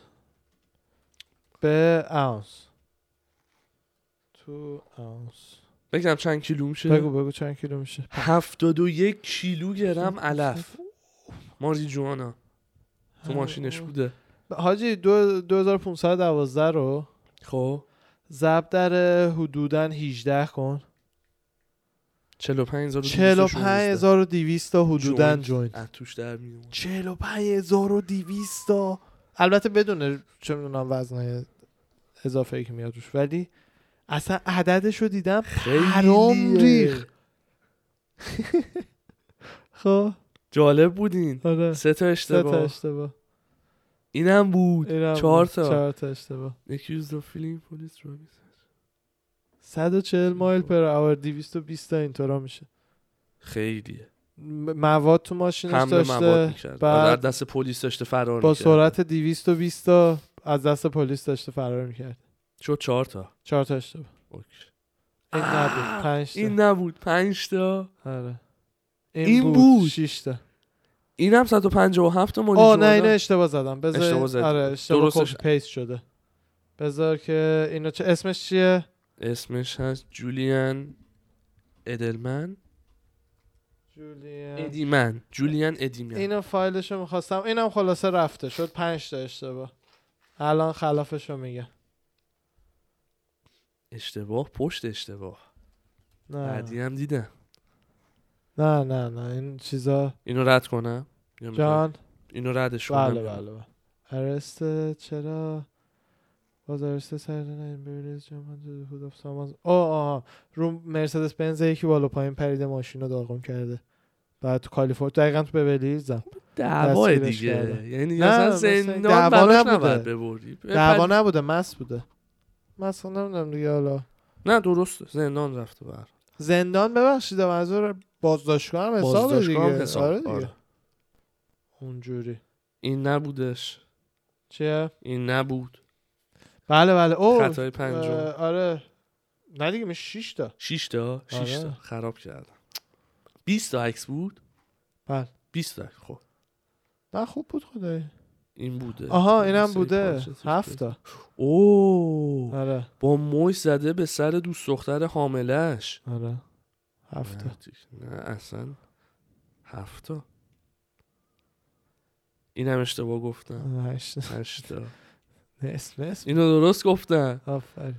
B: به اونس تو اونس
A: بگم چند کیلو میشه
B: بگو بگو چند کیلو میشه
A: 71 کیلو گرم علف ماریجوانا
B: آره.
A: تو ماشینش بوده
B: حاجی دو- 2512 رو
A: خب
B: ضرب در حدودا 18 کن
A: 45200
B: 45200 تا حدودا
A: جوینت.
B: جوین
A: از توش در میاد
B: 45200 تا البته بدون چه میدونم وزنه اضافه ای که میاد روش ولی اصلا عددش رو دیدم پرام ریخ خب
A: جالب بودین
B: آره
A: سه تا
B: سه تا
A: اشتباه
B: اشتباه
A: اینم بود
B: اینم بود.
A: چهار تا.
B: چهار تا اشتباه
A: accused of feeling police robbery.
B: 140 مایل پر اور 220 تا اینطورا میشه
A: خیلیه
B: م- مواد تو ماشینش
A: حمله مواد
B: داشته
A: میکرد
B: بعد-
A: بعد دست پلیس داشته فرار
B: با
A: می‌کرد.
B: سرعت 220 تا از دست پلیس داشته فرار میکرد
A: شد چهار تا
B: چهار تا اشتباه
A: اوکی.
B: این
A: آه،
B: نبود پنج تا
A: این نبود پنج تا
B: آره.
A: این بود.
B: شش تا
A: اینم 157 تا مالی
B: آه نه اینو اشتباه زدم بذار
A: اشتباه زدی.
B: آره اشتباه
A: درستش-
B: کپی پیست شده بذار که اینو چه اسمش چیه
A: اسمش هست جولیان ادلمن
B: جولیان
A: ادیمن جولیان ادیمن
B: اینو فایلشو میخواستم اینم خلاصه رفته شد پنج تا اشتباه الان خلافشو میگه
A: اشتباه پشت اشتباه
B: نه
A: بعدی هم دیدم
B: نه نه نه این چیزا
A: اینو رد کنم یا می‌خوای؟
B: جان
A: اینو ردش کنم
B: بله بله بله ارست چرا باز ارست سر نه بریز جمعن تو هود آف سامان آه آه رو مرسدس بنز یکی بالا پایین پریده ماشین رو داغون کرده بعد تو کالیفرنیا دقیقا تو ببلیز زن
A: دعوا
B: دستگیرش
A: دیگه
B: کردن.
A: یعنی
B: نه،
A: اصلا
B: مثلا
A: زندان
B: دعوا
A: براش
B: نبوده.
A: نباید ببری
B: دعوا
A: بپر-
B: نبوده مست بوده مست خب نمیدونم دیگه حالا
A: نه درست زندان رفته بر
B: زندان ببخشید منظور بازداشتگاه هم حساب دیگه
A: بازداشتگاه هم حساب.
B: آره دیگه
A: آره.
B: اونجوری
A: این نبودش
B: چیه
A: این نبود
B: بله بله او
A: خطای پنجم
B: آره نه دیگه میشه 6 تا
A: 6 تا 6 تا
B: آره.
A: خراب کردم 20 تا عکس بود
B: بله.
A: 20 تا خب
B: نه خوب بود خدایی
A: این بوده
B: آها
A: یه
B: اینم
A: سری
B: بوده
A: پارچه توش
B: هفت
A: بوده.
B: تا
A: اوه
B: آره
A: با موش زده به سر دوست دختر حاملش
B: آره هفت تا
A: نه اصلا هفتا این هم اشتباه گفتم
B: هشت تا.
A: هشتا
B: نه، اسم اسم
A: اینو درست گفتم
B: آفرین.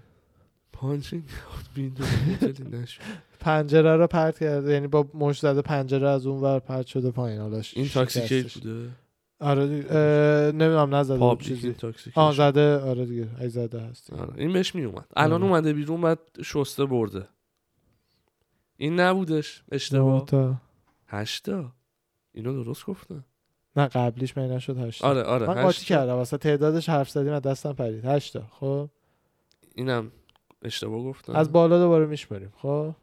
A: پانچینگ آوت بیندو هتلی نشد
B: پنجره رو پرت کرده یعنی با مش زده پنجره از اون ور پرت شده پایین حالا
A: این
B: شکستش.
A: تاکسیکیت بوده
B: آره دیگه. اه، نمیدونم نزده بود
A: پابلیک این
B: چیزی
A: تاکسیکیت
B: آه زده آره دیگه ای زده هست
A: آره، این بهش می اومد الان
B: آره.
A: اومده بیرون بعد شسته برده این نبودش
B: نه
A: اشتباه
B: تا
A: هشتا اینو درست گفتم
B: نه قبلیش می نشد هشت تا.
A: آره آره
B: من قاطی
A: هشتا.
B: کردم واسه تعدادش حرف زدیم از دستم پرید هشتا خب
A: اینم اشتباه گفتم
B: از بالا دوباره میشماریم خب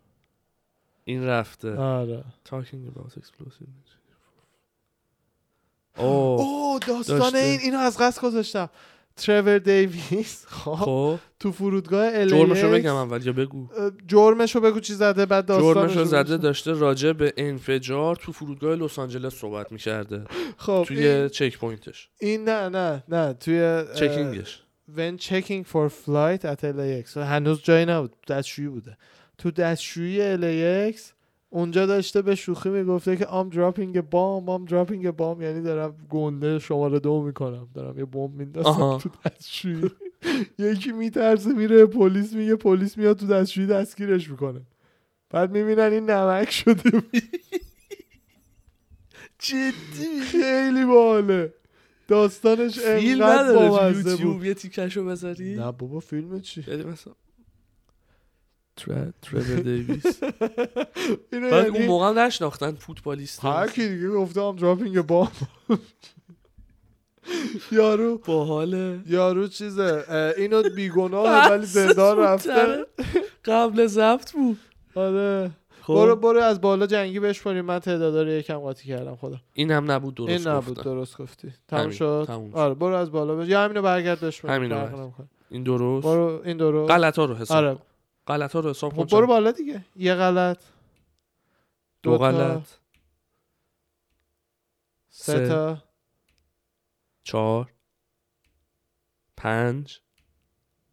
A: این رفته
B: آره
A: Talking about explosive material. اوه
B: اوه داستان
A: داشته.
B: این اینو از قصد گذاشتم ترور دیویس خب
A: خب
B: تو فرودگاه ال
A: جرمشو بگم اول یا بگو
B: جرمشو بگو چی زده بعد داستانشو
A: جرمشو زده
B: بگو.
A: داشته راجع به انفجار تو فرودگاه لس آنجلس صحبت میکرده
B: خب
A: توی چک پوینتش
B: این نه نه نه توی
A: چکینگش
B: when checking for flight at LAX هنوز جایی نبود دستشویی بوده تو دستشویی LAX اونجا داشته به شوخی میگفته که I'm dropping a bomb I'm dropping a bomb یعنی دارم گنده شماره دو میکنم دارم یه بمب میندازم
A: آها.
B: تو دستشویی یکی میترسه میره به پلیس میگه پلیس میاد تو دستشویی دستگیرش میکنه بعد میبینن این نمک شده جدی خیلی باله داستانش
A: فیلم
B: انقدر
A: نداره تو
B: بامزه بود
A: یوتیوب یه تیکشو بذاری
B: نه بابا فیلم چی
A: یعنی مثلا تر- ترور دیویس
B: یعنی- اینو
A: بعد اون
B: یعنی
A: موقع هم نشناختن فوتبالیست
B: هر کی دیگه گفته هم دراپینگ بام یارو
A: باحاله
B: یارو چیزه اه، اینو بیگناه ولی زندان رفته
A: قبل زفت بود
B: آره برو
A: خب
B: برو از بالا جنگی بشماریم من تعدادا رو یکم قاطی کردم خدا
A: این هم نبود درست
B: این نبود
A: گفتم.
B: درست گفتی تموم
A: همین،
B: شد
A: تموم شد.
B: آره برو از بالا بش یا همینو برگرد بشمار
A: همینو
B: فرق
A: برگرد.
B: نمیکنه.
A: این درست
B: برو این درست
A: غلط ها رو حساب
B: آره
A: غلط ها رو حساب کن
B: خب برو بالا دیگه یه غلط
A: دو
B: تا،
A: غلط
B: سه
A: سه.
B: تا
A: چهار پنج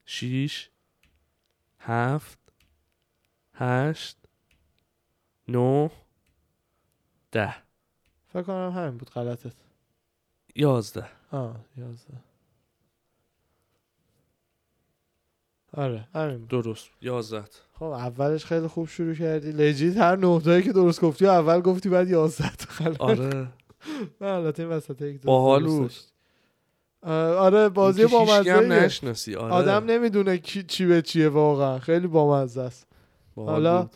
A: شیش هفت هشت نو ده
B: فکر کنم همین بود غلطت
A: یازده
B: آه یازده آره همین بود.
A: درست یازده تا.
B: خب اولش خیلی خوب شروع کردی لجیت هر نهتایی که درست گفتی و اول گفتی بعد یازده تا خلاص
A: آره
B: نه البته این وسط یک دو
A: باحال
B: درست
A: بود.
B: داشت. آه، آره بازی
A: یکی هیچکی هم
B: بامزه
A: نشناسی آره
B: آدم نمیدونه کی چی به چیه واقعا خیلی بامزه است
A: باحال
B: حالا-
A: بود.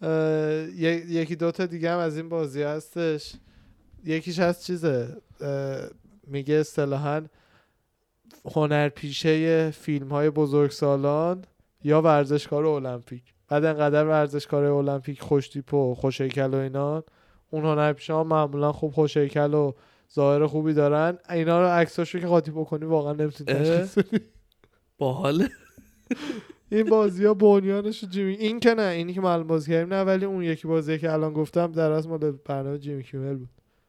B: اه، یک- یکی دو تا دیگه هم از این بازی هستش یکیش هست چیزه اه، میگه اصطلاحا هنرپیشه فیلم های بزرگ سالان یا ورزشکار المپیک بعد انقدر ورزشکار المپیک خوش تیپ و خوش هیکل و اینان اون هنرپیشه ها معمولا خوب خوش هیکل و ظاهر خوبی دارن اینا رو عکساشو که قاطی بکنی واقعا نمیتونی
A: اه.
B: تشخیص بدی.
A: باحاله
B: این بازی ها بنیانش رو جیمی این که نه اینی که ما الان بازی کردیم نه ولی اون یکی بازی که الان گفتم در از مال برنامه جیمی کیمل بود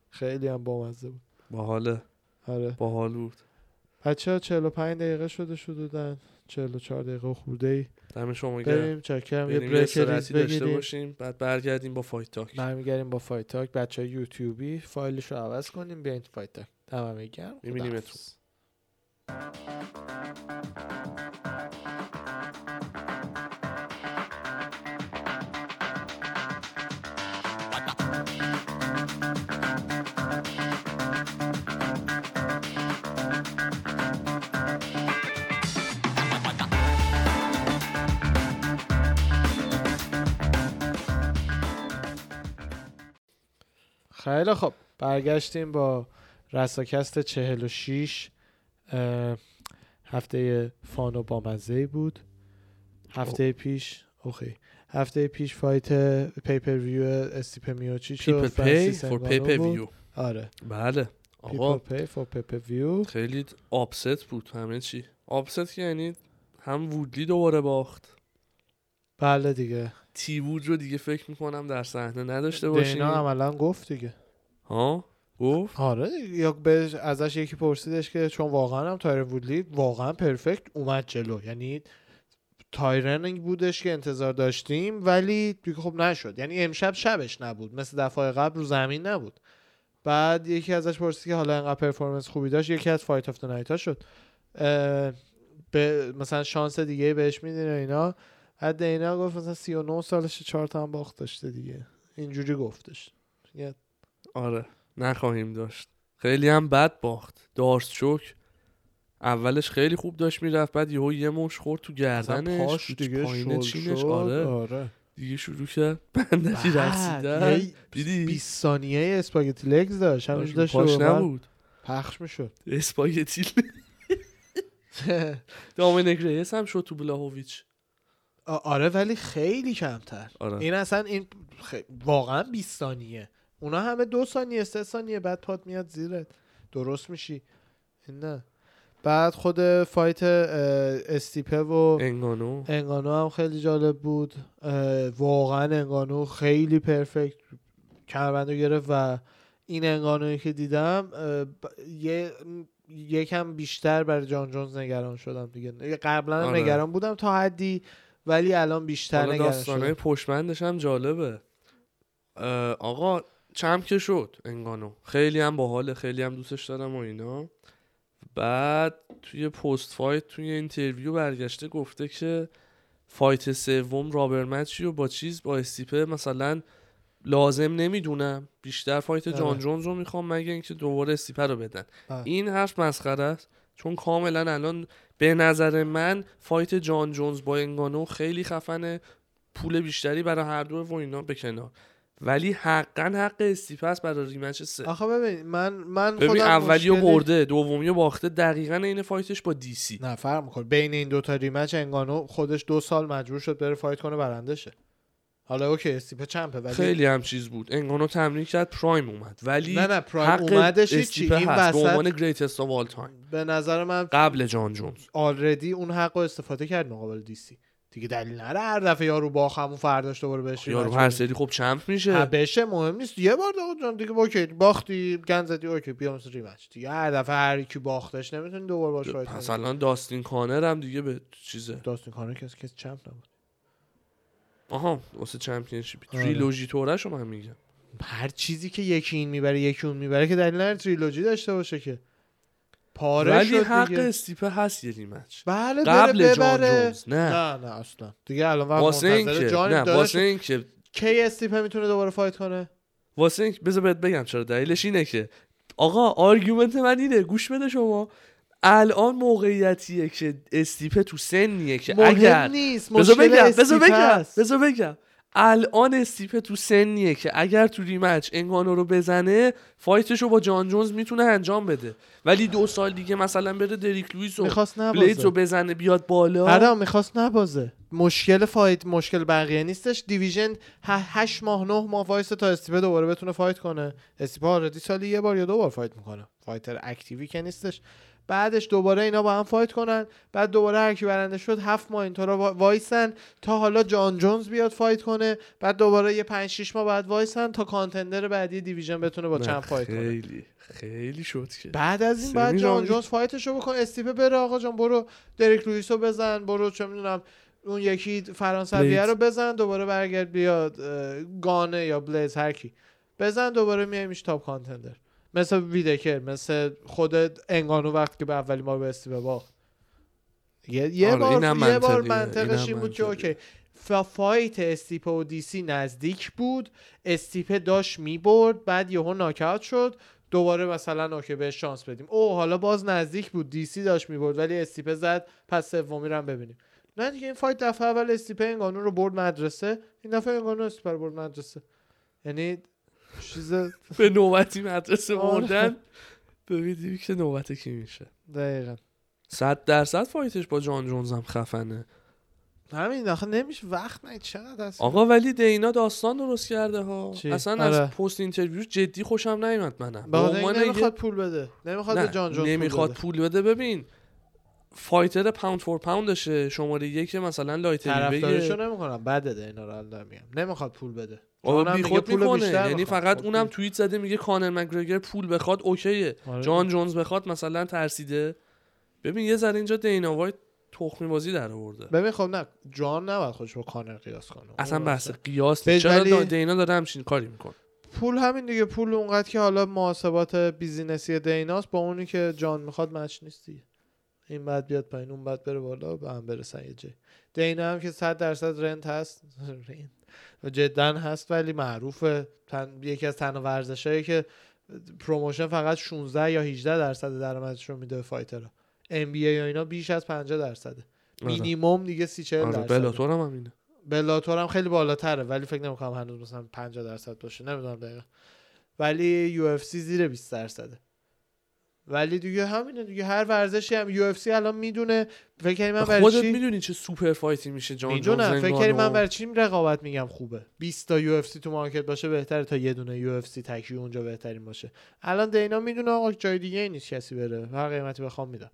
B: خیلی هم بامزه بود
A: باحاله
B: آره
A: باحال بود
B: بچه ها 45 دقیقه شده شدودن 44 دقیقه خورده ای
A: دم شما گرم
B: بریم چکرم یه
A: بریم یعنی یه
B: بریک ریز
A: استراحتی داشته
B: بگیریم
A: باشیم بعد برگردیم با فایت تاک
B: برمیگردیم با فایت تاک بچه های یوتیوبی فایلش رو عوض کنیم بیاین تو فایت تاک تمام گرم
A: می‌بینیمتون.
B: خداحافظ. خیلی خب برگشتیم با رساکست 46 اه، هفته فان و بامزه بود هفته پیش اوکی هفته پیش فایت پیپر ویو استیپ میوچی
A: پیپل پی فور پیپل ویو
B: آره
A: بله
B: پیپل
A: آقا
B: پی فور پیپر ویو
A: خیلی آپست بود همه چی آپست که یعنی هم وودلی دوباره باخت
B: بله دیگه
A: تی وود رو دیگه فکر میکنم در صحنه نداشته باشیم
B: دینا عملا گفت دیگه
A: ها گفت
B: آره یا بهش ازش یکی پرسیدش که چون واقعا هم تایر وودلی واقعا پرفکت اومد جلو یعنی تایرنینگ بودش که انتظار داشتیم ولی دیگه خب نشد یعنی امشب شبش نبود مثل دفعه قبل رو زمین نبود بعد یکی ازش پرسید که حالا انقدر پرفورمنس خوبی داشت یکی از فایت آف نایت ها شد اه، به مثلا شانس دیگه بهش میدین و اینا بعد دینا گفت مثلا 39 سالش چهار تا هم باخت داشته دیگه اینجوری گفتش یه
A: آره نخواهیم داشت خیلی هم بد باخت دارس شوک اولش خیلی خوب داشت میرفت بعد یهو یه مش خورد تو
B: اصلا
A: گردنش
B: پاش
A: تو
B: دیگه
A: پایین
B: شل
A: چینش
B: شد.
A: آره
B: آره.
A: دیگه شروع کرد بندشی
B: بعد
A: رسیدن
B: یه
A: دیدی
B: 20 ثانیه اسپاگتی لگز داشت همینجور
A: داشت
B: داشت
A: رو پاش
B: رو من
A: نبود
B: پخش میشد
A: اسپاگتی دامینک ریس هم شد تو بلاهویچ
B: آ- آره ولی خیلی کمتر
A: آره.
B: این اصلا این خ- واقعا 20 ثانیه اونا همه دو ثانیه سه ثانیه بعد پات میاد زیرت درست میشی این نه بعد خود فایت اه، استیپه و
A: انگانو
B: انگانو هم خیلی جالب بود اه، واقعا انگانو خیلی پرفکت کمربند رو گرفت و این انگانویی که دیدم اه، ب- یه یکم بیشتر برای جان جونز نگران شدم دیگه قبلا هم
A: آره.
B: نگران بودم تا حدی ولی الان بیشتر
A: حالا
B: نگران
A: داستانهای
B: شدم
A: پشمندش هم جالبه اه، آقا چم که شد انگانو خیلی هم باحاله خیلی هم دوستش دارم و اینا بعد توی پست فایت توی اینترویو برگشته گفته که فایت سوم رابر مچی و با چیز با استیپه مثلا لازم نمیدونم بیشتر فایت جان
B: آره.
A: جونز رو میخوام مگه اینکه دوباره استیپه رو بدن
B: آره.
A: این حرف مسخره است چون کاملا الان به نظر من فایت جان جونز با انگانو خیلی خفنه پول بیشتری برای هر دو و اینا به کنار ولی حقا حق استیپه است برای ریمچ سه
B: آخه ببین من من
A: ببین
B: خودم
A: اولی رو
B: مشکلی-
A: برده دومی رو باخته دقیقا این فایتش با دی سی
B: نه فرق میکنه بین این دوتا ریمچ انگانو خودش دو سال مجبور شد بره فایت کنه برنده شه حالا اوکی استیپه چمپه ولی
A: خیلی هم چیز بود انگانو تمرین کرد پرایم اومد ولی
B: نه نه پرایم
A: حق
B: اومدش هیچی.
A: استیپه
B: این
A: هست به
B: وسط-
A: عنوان گریتست آف آل تایم
B: به نظر من
A: قبل جان جونز
B: آلردی اون حق رو استفاده کرد مقابل دیسی دیگه دلیل نره هر دفعه یارو با همون فرداش دوباره بهش
A: یارو
B: ریمچ
A: هر
B: بده.
A: سری خب چمپ میشه
B: نه، بشه مهم نیست یه بار آقا جان دیگه اوکی باختی گن زدی اوکی بیا مثل ریمچ دیگه هر دفعه هر کی باختش نمیتونی دوباره باش فایت
A: پس
B: کنی
A: الان داستین کانر هم دیگه به چیزه
B: داستین کانر کسی کسی چمپ نبود
A: آها واسه چمپیونشیپ
B: آره.
A: تریلوژی تورش رو من میگم
B: هر چیزی که یکی این میبره یکی اون میبره که دلیل نره تریلوژی داشته باشه که پاره
A: ولی
B: آره شد
A: حق
B: دیگه.
A: استیپه هست یه ریمچ
B: بله بره
A: قبل جان
B: ببره
A: جونز نه
B: نه نه اصلا دیگه الان وقت
A: واسه
B: منتظر
A: اینکه
B: جان
A: نه
B: داره
A: واسه اینکه
B: کی استیپه میتونه دوباره فایت کنه
A: واسه این بذار بهت بگم چرا دلیلش اینه که آقا آرگومنت من اینه گوش بده شما الان موقعیتیه که استیپه تو سنیه که
B: مهم
A: اگر
B: نیست
A: بذار
B: مشکل
A: بگم بذار
B: استیپ
A: بگم
B: هست.
A: بذار بگم الان استیپه تو سنیه که اگر تو ریمچ انگانو رو بزنه فایتش رو با جان جونز میتونه انجام بده ولی دو سال دیگه مثلا بره دریک لویس و
B: میخواست
A: بلیدز رو
B: نبازه
A: بزنه بیاد بالا
B: آره میخواست نبازه مشکل فایت مشکل بقیه نیستش دیویژن ه- هشت ماه نه ماه وایسه تا استیپه دوباره بتونه فایت کنه استیپه آردی سالی یه بار یا دو بار فایت میکنه فایتر اکتیوی که نیستش بعدش دوباره اینا با هم فایت کنن بعد دوباره هر کی برنده شد هفت ماه اینطورا وا- وایسن تا حالا جان جونز بیاد فایت کنه بعد دوباره یه 5 6 ماه بعد وایسن تا کانتندر بعدی دیویژن بتونه با
A: نه،
B: چند فایت کنه
A: خیلی خیلی شد که
B: بعد از این
A: سمی
B: بعد جان
A: رامی-
B: جونز فایتشو بکن استیپه بره آقا جان برو دریک لوئیسو بزن برو چه میدونم اون یکی فرانسویه
A: بلیز.
B: رو بزن دوباره برگرد بیاد اه، گانه یا بلیز هر کی بزن دوباره میایمش تاپ کانتندر مثل ویدکر مثل خود انگانو وقت که به اولین بار به استیپه باخت یه, یه
A: آره،
B: بار
A: اینم
B: یه
A: منطقیه،
B: بار
A: اینم
B: منطقش این بود که
A: منطقیه.
B: اوکی فا- فایت استیپه و دیسی نزدیک بود استیپه داشت میبرد بعد یهو ناکاوت شد دوباره مثلا اوکی بهش شانس بدیم او حالا باز نزدیک بود دیسی داشت میبرد ولی استیپه زد پس سومی رو هم ببینیم نه دیگه این فایت دفعه اول استیپه انگانو رو برد مدرسه این دفعه انگانو استیپه رو برد مدرسه یعنی چیز
A: به نوبتی مدرسه
B: آره.
A: مردن ببینیم که نوبت کی میشه
B: دقیقا
A: صد درصد فایتش با جان جونز هم خفنه
B: همین آخه نمیشه وقت نه چقدر هست
A: آقا ولی دینا داستان درست کرده ها
B: چی؟
A: اصلا
B: آره.
A: از پست اینترویو جدی خوشم نیومد منم
B: به خاطر این
A: یه-
B: نمیخواد پول بده نمیخواد به
A: نه،
B: جان جونز پول
A: نمیخواد
B: بده.
A: پول بده ببین فایتر پاوند فور پاوندشه شماره یک مثلا لایت
B: طرفدارشو نمیکنم بده ده اینا رو الان میگم نمیخواد پول بده
A: آقا
B: جانم
A: بی
B: میگه
A: خود
B: پول
A: میکنه
B: بیشتر
A: یعنی
B: میخوام.
A: فقط
B: خب
A: اونم
B: دیگه.
A: توییت زده میگه کانر مکگرگر پول بخواد اوکیه
B: آره.
A: جان جونز بخواد مثلا ترسیده ببین یه ذره اینجا دینا وایت تخمی بازی در آورده
B: ببین خب نه جان نباید خودش با کانر قیاس کنه
A: اصلا
B: اون
A: بحث
B: اصلا.
A: قیاس نیست. چرا
B: ولی-
A: دا- دینا داره همچین کاری میکنه
B: پول همین دیگه پول اونقدر که حالا محاسبات بیزینسی دیناست با اونی که جان میخواد مچ نیست دیگه این بعد بیاد پایین اون بعد بره بالا و به هم برسن یه جای دینا هم که 100 درصد رنت هست رنت و جدا هست ولی معروفه تن... یکی از تنها ورزشایی که پروموشن فقط 16 یا 18 درصد درآمدش رو میده به فایترها ام بی یا اینا بیش از 50 درصده
A: آره.
B: مینیمم دیگه 30 40
A: آره
B: درصد
A: بلاتور هم همینه
B: بلاتور هم خیلی بالاتره ولی فکر نمیکنم هنوز مثلا 50 درصد باشه نمیدونم دقیقا ولی یو اف سی زیر 20 درصده ولی دیگه همینه دیگه هر ورزشی هم یو اف سی الان میدونه فکر کنی من برای
A: خودت
B: چی
A: میدونی چه سوپر فایتی میشه جان جونز
B: میدونم فکر
A: انگانو.
B: کنی من برای چی رقابت میگم خوبه 20 تا یو اف سی تو مارکت باشه بهتره تا یه دونه یو اف سی تکی اونجا بهترین باشه الان دینا میدونه آقا جای دیگه ای نیست کسی بره هر قیمتی بخوام میدم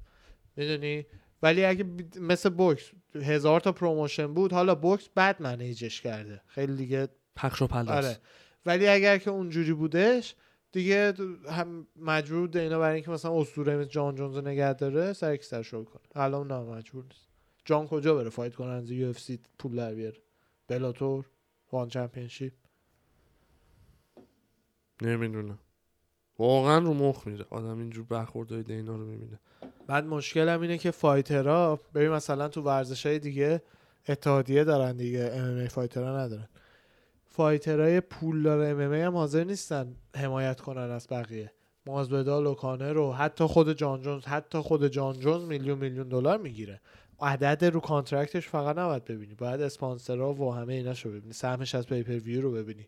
B: میدونی ولی اگه ب- مثل بوکس هزار تا پروموشن بود حالا بوکس بد منیجش کرده خیلی دیگه
A: پخش و پلاس
B: آره ولی اگر که اونجوری بودش دیگه د- هم مجبور بود دینا برای اینکه مثلا اسطوره مثل جان جونز رو نگه داره سر یک سر شو کنه الان نه مجبور نیست جان کجا بره فایت کنه از یو اف سی پول در بیاره بلاتور وان چمپینشیپ
A: نمیدونم واقعا رو مخ میره آدم اینجور برخوردهای دینا رو میبینه
B: بعد مشکل هم اینه که فایترها ببین مثلا تو ورزش های دیگه اتحادیه دارن دیگه ام ام ای فایترها ندارن فایترهای پولدار ام ام ای هم حاضر نیستن حمایت کنن از بقیه مازودال و کانر رو حتی خود جان جونز حتی خود جان جونز میلیون میلیون دلار میگیره عدد رو کانترکتش فقط نباید ببینی باید اسپانسرها و همه ایناشو ببینی سهمش از پیپر ویو رو ببینی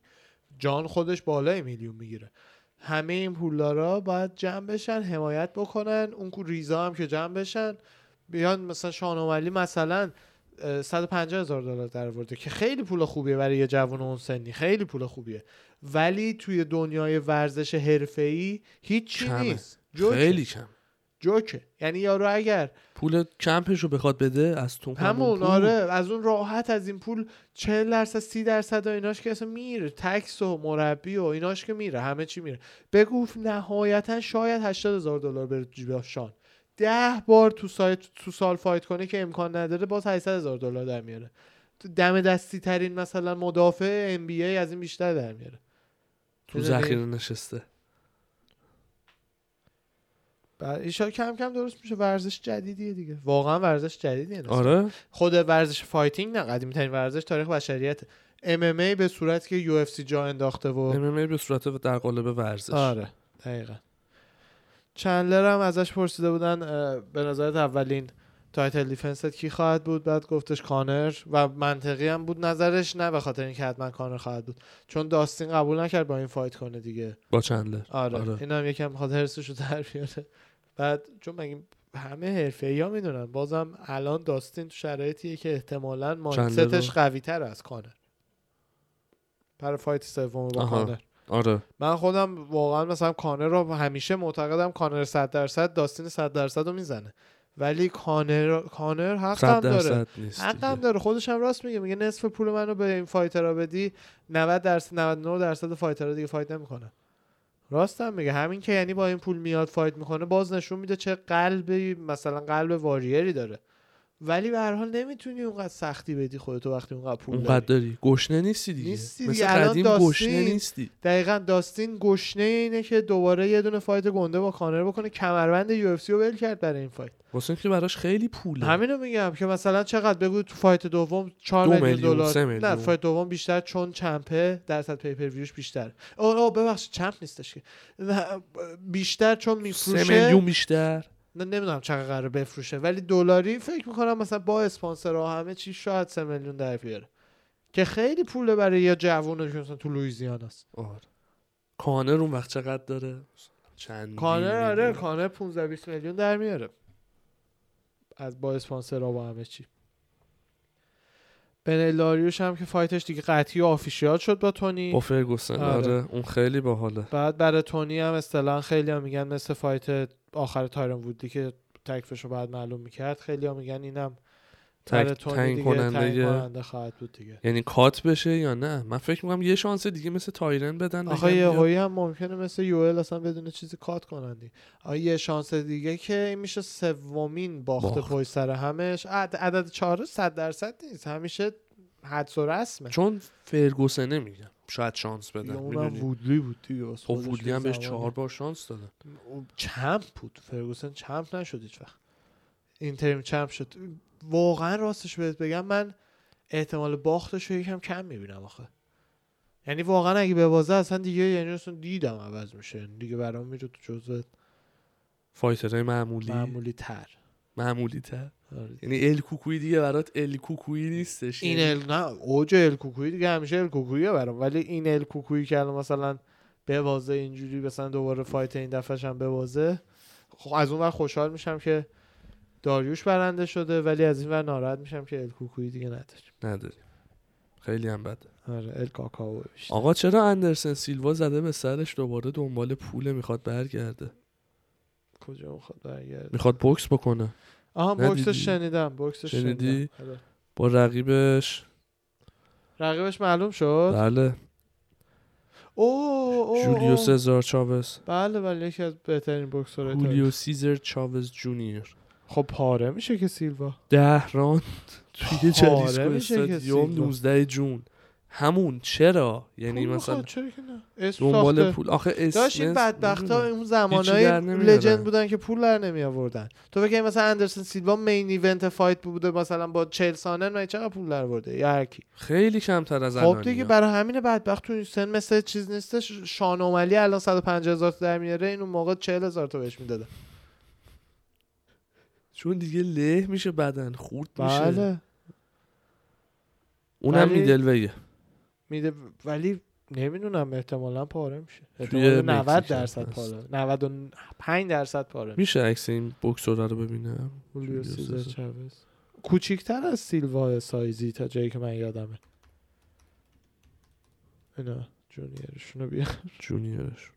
B: جان خودش بالای میلیون میگیره همه این پولدارا باید جمع بشن حمایت بکنن اون کو ریزا هم که جمع بشن بیان مثلا شانومالی مثلا اه، 150 هزار دلار در آورده که خیلی پول خوبیه برای یه جوان اون سنی خیلی پول خوبیه ولی توی دنیای ورزش حرفه‌ای هیچی
A: کمه.
B: نیست جوکه.
A: خیلی کم
B: جوکه یعنی یارو اگر
A: پول کمپش رو بخواد بده از تو
B: همون
A: پول.
B: آره از اون راحت از این پول 40 درصد 30 درصد و ایناش که اصلا میره تکس و مربی و ایناش که میره همه چی میره بگو نهایتا شاید 80 هزار دلار بره جیب شان ده بار تو, سایت تو سال فایت کنه که امکان نداره باز 800 هزار دلار در میاره تو دم دستی ترین مثلا مدافع ام بی ای از این بیشتر در میاره
A: تو
B: می‌دونی؟
A: ذخیره نشسته
B: بعد ایشا کم کم درست میشه ورزش جدیدیه دیگه واقعا ورزش جدیدیه نسبت
A: آره
B: خود ورزش فایتینگ نه قدیمی ترین ورزش تاریخ بشریت ام ام ای به صورت که یو اف سی جا انداخته و
A: MMA به صورت در قالب ورزش
B: آره دقیقا چندلر هم ازش پرسیده بودن اه، به نظرت اولین تایتل دیفنست کی خواهد بود بعد گفتش کانر و منطقی هم بود نظرش نه به خاطر اینکه حتما کانر خواهد بود چون داستین قبول نکرد با این فایت کنه دیگه
A: با چندلر
B: آره,
A: آره.
B: این هم یکم بخاطر حرسش رو در بیاره بعد چون مگه همه حرفه ای ها میدونن بازم الان داستین تو شرایطیه که احتمالا مایندستش قوی تر از کانر برای فایت سوم با
A: آها.
B: کانر
A: آره
B: من خودم واقعا مثلا کانر رو همیشه معتقدم کانر 100 درصد داستین 100 درصد رو میزنه ولی کانر کانر حق هم
A: صد
B: داره
A: درصد نیست
B: حق هم
A: دیگه.
B: داره خودش هم راست میگه میگه نصف پول منو به این فایترها بدی 90 درصد 99 درصد فایترها دیگه فایت نمیکنه راست هم میگه همین که یعنی با این پول میاد فایت میکنه باز نشون میده چه قلبی مثلا قلب واریری داره ولی به هر حال نمیتونی اونقدر سختی بدی خودتو وقتی اونقدر پول داری.
A: اونقدر داری گشنه نیستی دیگه
B: نیستی دیگه.
A: مثل
B: الان
A: قدیم
B: داستین-
A: گشنه نیستی
B: دقیقا داستین گشنه اینه که دوباره یه دونه فایت گنده با کانر بکنه کمربند یو اف سی رو ول کرد برای این فایت
A: واسه اینکه براش خیلی پوله
B: همینو میگم که مثلا چقدر بگو تو فایت دوم 4
A: دو
B: میلیون
A: میلیون، سه
B: دلار
A: میلیون.
B: نه فایت دوم بیشتر چون چمپه درصد پیپر ویوش بیشتر او او ببخشید چمپ نیستش که نه، بیشتر چون
A: سه
B: میفروشه
A: میلیون بیشتر
B: نه نمیدونم چقدر قراره بفروشه ولی دلاری فکر میکنم مثلا با اسپانسرها همه چی شاید 3 میلیون در بیاره که خیلی پوله برای یه جوونه که مثلا تو لوئیزیاناست
A: آره کانر اون وقت چقدر داره چند
B: کانر آره کانر 15 20 میلیون در میاره از با اسپانسر و با همه چی بنلاریوش هم که فایتش دیگه قطعی و آفیشیال شد با تونی
A: با فرگوسن
B: آره.
A: آره. اون خیلی باحاله
B: بعد برای تونی هم اصطلاحا خیلی هم میگن مثل فایت آخر تایرون وودی که تکلیفش رو بعد معلوم میکرد خیلی ها میگن اینم
A: تک-
B: تر تونی
A: تعیین
B: دیگه،
A: کننده
B: تعیین
A: یه-
B: کننده خواهد بود دیگه
A: یعنی کات بشه یا نه من فکر میکنم یه شانس دیگه مثل تایرن بدن
B: آخه
A: بگن
B: یه
A: بیا.
B: هایی هم ممکنه مثل یوئل اصلا بدون چیزی کات کنندی آخه یه شانس دیگه که این میشه سومین باخت,
A: باخت.
B: پای سر همش عد- عدد چهار صد درصد نیست همیشه حدس و رسمه
A: چون فرگوسنه میگم شاید شانس
B: دیگه
A: بدن
B: اونم
A: میدونی
B: وودلی بود دیگه واسه
A: خب
B: خودش
A: وودلی هم بهش
B: زمانی.
A: چهار بار شانس دادن
B: او چمپ بود فرگوسن چمپ نشد هیچ وقت اینتریم چمپ شد واقعا راستش بهت بگم من احتمال باختش رو یکم کم میبینم آخه یعنی واقعا اگه به بازه اصلا دیگه یعنی اصلا دیدم عوض میشه یعنی دیگه برام میره تو جزو
A: فایترهای معمولی معمولی,
B: معمولی تر
A: تر
B: آره.
A: یعنی ال کوکوی دیگه برات ال کوکوی نیستش
B: این
A: یعنی.
B: ال نه اوج ال کوکویی دیگه همیشه ال کوکویی برام ولی این ال کوکویی که الان مثلا به بازه اینجوری مثلا دوباره فایت این دفعه هم به بازه خب از اون ور خوشحال میشم که داریوش برنده شده ولی از این ور ناراحت میشم که ال کوکویی دیگه نداریم
A: نداریم خیلی هم بده
B: آره ال کاکاو بیشتر.
A: آقا چرا اندرسن سیلوا زده به سرش دوباره دنبال پوله میخواد برگرده
B: کجا میخواد برگرده
A: میخواد بوکس بکنه
B: آها
A: ندیدی؟
B: بوکسش شنیدم بوکسش
A: شنیدی؟
B: شنیدم آره.
A: با رقیبش
B: رقیبش معلوم شد
A: بله
B: اوه اوه
A: جولیو
B: اوه.
A: سزار چاوز
B: بله بله یکی از بهترین بوکسورهای تاریخ.
A: جولیو سیزر چاوز جونیور
B: خب پاره میشه که سیلوا
A: دهران توی جریسکو
B: پاره آره، میشه که
A: استادیوم
B: سیلوا.
A: 19 جون همون چرا یعنی
B: پول
A: مثلا
B: می‌خواد، خب، چرا که نه اسم
A: دنبال
B: ساخته.
A: پول آخه اسم
B: داشت این بدبخت ها اون زمانای
A: هیچی در نمیارن.
B: لجند بودن که پول در نمی آوردن تو بگی مثلا اندرسن سیلوا مین ایونت فایت بوده مثلا با 40 سانه نه چقدر پول در آورده یا هر کی
A: خیلی کمتر از
B: خب
A: الانیا.
B: دیگه برای همین بدبخت تو این سن مثل چیز نیستش شان اوملی الان 150 هزار تا در میاره این اون موقع 40 هزار تا بهش میداده
A: چون دیگه له میشه بدن خورد میشه
B: بله
A: اونم
B: ولی-
A: میدل ویه
B: میده ولی نمیدونم احتمالا پاره میشه
A: توی
B: احتمال 90
A: مکزیک
B: درصد
A: هست.
B: پاره 95 درصد پاره میشه.
A: میشه عکس این بوکسورا رو ببینم
B: جولیو
A: جولیو
B: سیزار
A: سزار.
B: چاوز کوچیکتر از سیلوا سایزی تا جایی که من یادمه اینا جونیرشون رو بیا
A: جونیورش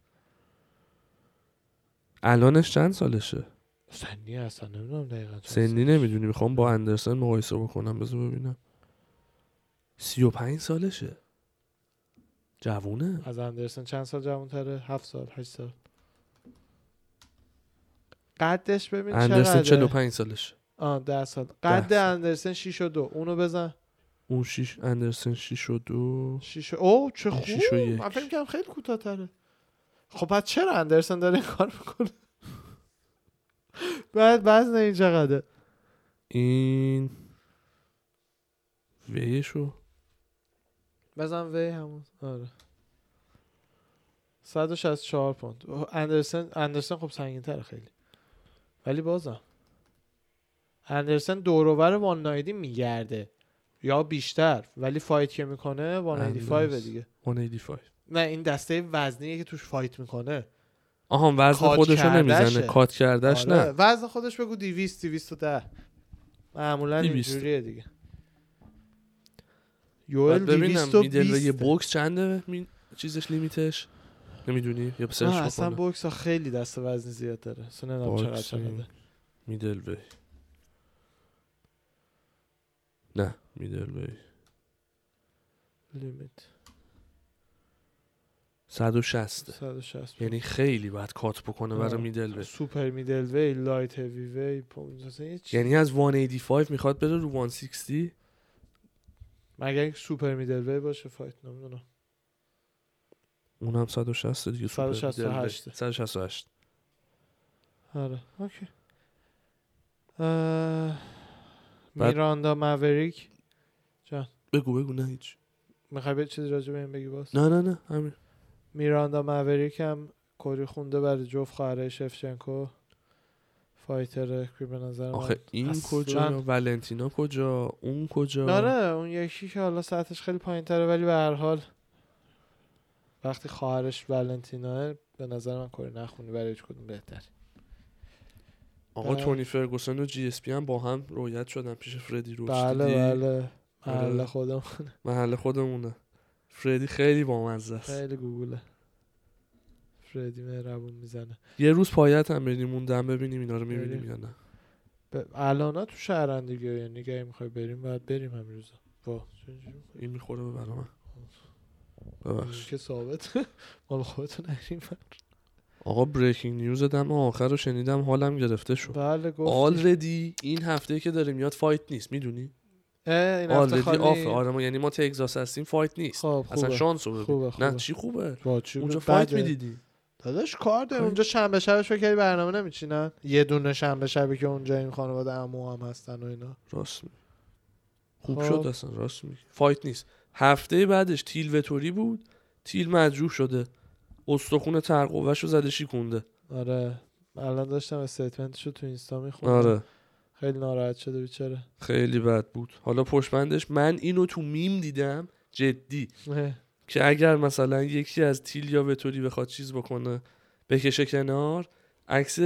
A: الانش چند سالشه
B: سنی اصلا نمیدونم دقیقا چند
A: سنی
B: سال.
A: نمیدونی میخوام با اندرسن مقایسه بکنم بذار ببینم سی و پنج سالشه جوونه
B: از اندرسن چند سال جوان تره هفت سال هشت سال قدش ببین
A: اندرسن چل و
B: چقدره
A: پنج سالشه
B: آه ده سال قد
A: سال.
B: اندرسن 6 و دو اونو بزن
A: اون شیش اندرسن شیش و دو
B: 6 او چه خوب
A: شیش و یک.
B: من فکر کنم خیلی کوتاه‌تره خب بعد چرا اندرسن داره این کار میکنه بعد بعد نه این چقدره
A: این ویشو
B: بزن وی همون آره 164 پوند اندرسن اندرسن خب سنگین تره خیلی ولی بازم اندرسن دورور 190 میگرده یا بیشتر ولی فایت که میکنه 195
A: اندرس.
B: دیگه
A: 185
B: نه این دسته وزنیه که توش فایت میکنه
A: آها وزن
B: کات
A: خودشو نمیزنه
B: کردشه.
A: کات کردش
B: آره،
A: نه
B: وزن خودش بگو 200 210 معمولا
A: 200.
B: اینجوریه دیگه
A: باید
B: یوئل
A: ببینم میدل و
B: 220
A: یه بوکس چنده می... چیزش لیمیتش نمیدونی یا
B: نه،
A: سرچ
B: اصلا
A: بکنم
B: بوکس ها خیلی دست وزنی زیاد داره اصلا نمیدونم چقدر
A: باکسینگ.
B: چقدره.
A: میدل وی نه میدل وی
B: لیمیت
A: 160
B: 160
A: یعنی خیلی باید کات بکنه
B: آره.
A: برای میدل وی
B: سوپر میدل وی لایت هیوی وی پوند اصلا یه چی-
A: یعنی از 185 میخواد بره رو 160
B: مگر اینکه سوپر میدل وی باشه فایت نمیدونم
A: اونم 160 دیگه سوپر میدل وی.
B: 168.
A: 168
B: آره اوکی اه،
A: بعد-
B: میراندا موریک
A: بگو بگو نه هیچ
B: میخوای به چیزی راجع به این بگی باز
A: نه نه نه همین
B: میراندا موریک هم کری خونده برای جفت خواهرای شفچنکو فایتر که به نظر من
A: آخه این
B: اصلاً.
A: کجا ولنتینا کجا اون کجا
B: آره اون یکی که حالا سطحش خیلی پایین تره ولی به هر حال وقتی خواهرش ولنتینا به نظر من کاری نخونی برای هیچ کدوم بهتر
A: آقا
B: بله.
A: تونی فرگوسن و جی اس پی هم با هم رویت شدن پیش فردی روش
B: بله
A: دیدی؟
B: بله محل
A: آره.
B: خودم
A: محل خودمونه فردی خیلی بامزه است
B: خیلی گوگله فردی مهربون میزنه
A: یه روز پایت هم بریم اون دم ببینیم اینا رو
B: بریم.
A: میبینیم یا نه
B: ب... الان تو شهرن دیگه یعنی اگه میخوای بریم باید بریم امروز با
A: این میخوره به برنامه ببخش
B: که ثابت مال خودتون نریم
A: آقا بریکینگ نیوز دم آخر رو شنیدم حالم گرفته شد
B: بله گفت
A: آلردی این هفته که داره میاد فایت نیست میدونی
B: این هفته
A: آلردی
B: خالی
A: آف آره ما یعنی ما تگزاس هستیم فایت نیست
B: خب
A: اصلا
B: خوبه
A: شانس رو
B: خوبه،
A: ببین
B: خوبه.
A: نه چی خوبه
B: با چی
A: اونجا
B: بود؟
A: فایت خب.
B: بده.
A: میدیدی
B: داداش کار داره اونجا شنبه شبش فکر کردی برنامه نمیچینن یه دونه شنبه شبی که اونجا این خانواده عمو هم هستن و اینا
A: راست می خوب
B: خب.
A: شد اصلا راست می فایت نیست هفته بعدش تیل وتوری بود تیل مجروح شده استخون ترقوهش رو زده شیکونده
B: آره الان داشتم استیتمنتشو تو اینستا میخوندم
A: آره
B: خیلی ناراحت شده بیچاره
A: خیلی بد بود حالا پشمندش من اینو تو میم دیدم جدی
B: اه.
A: که اگر مثلا یکی از تیل یا وتوری بخواد چیز بکنه بکشه کنار عکس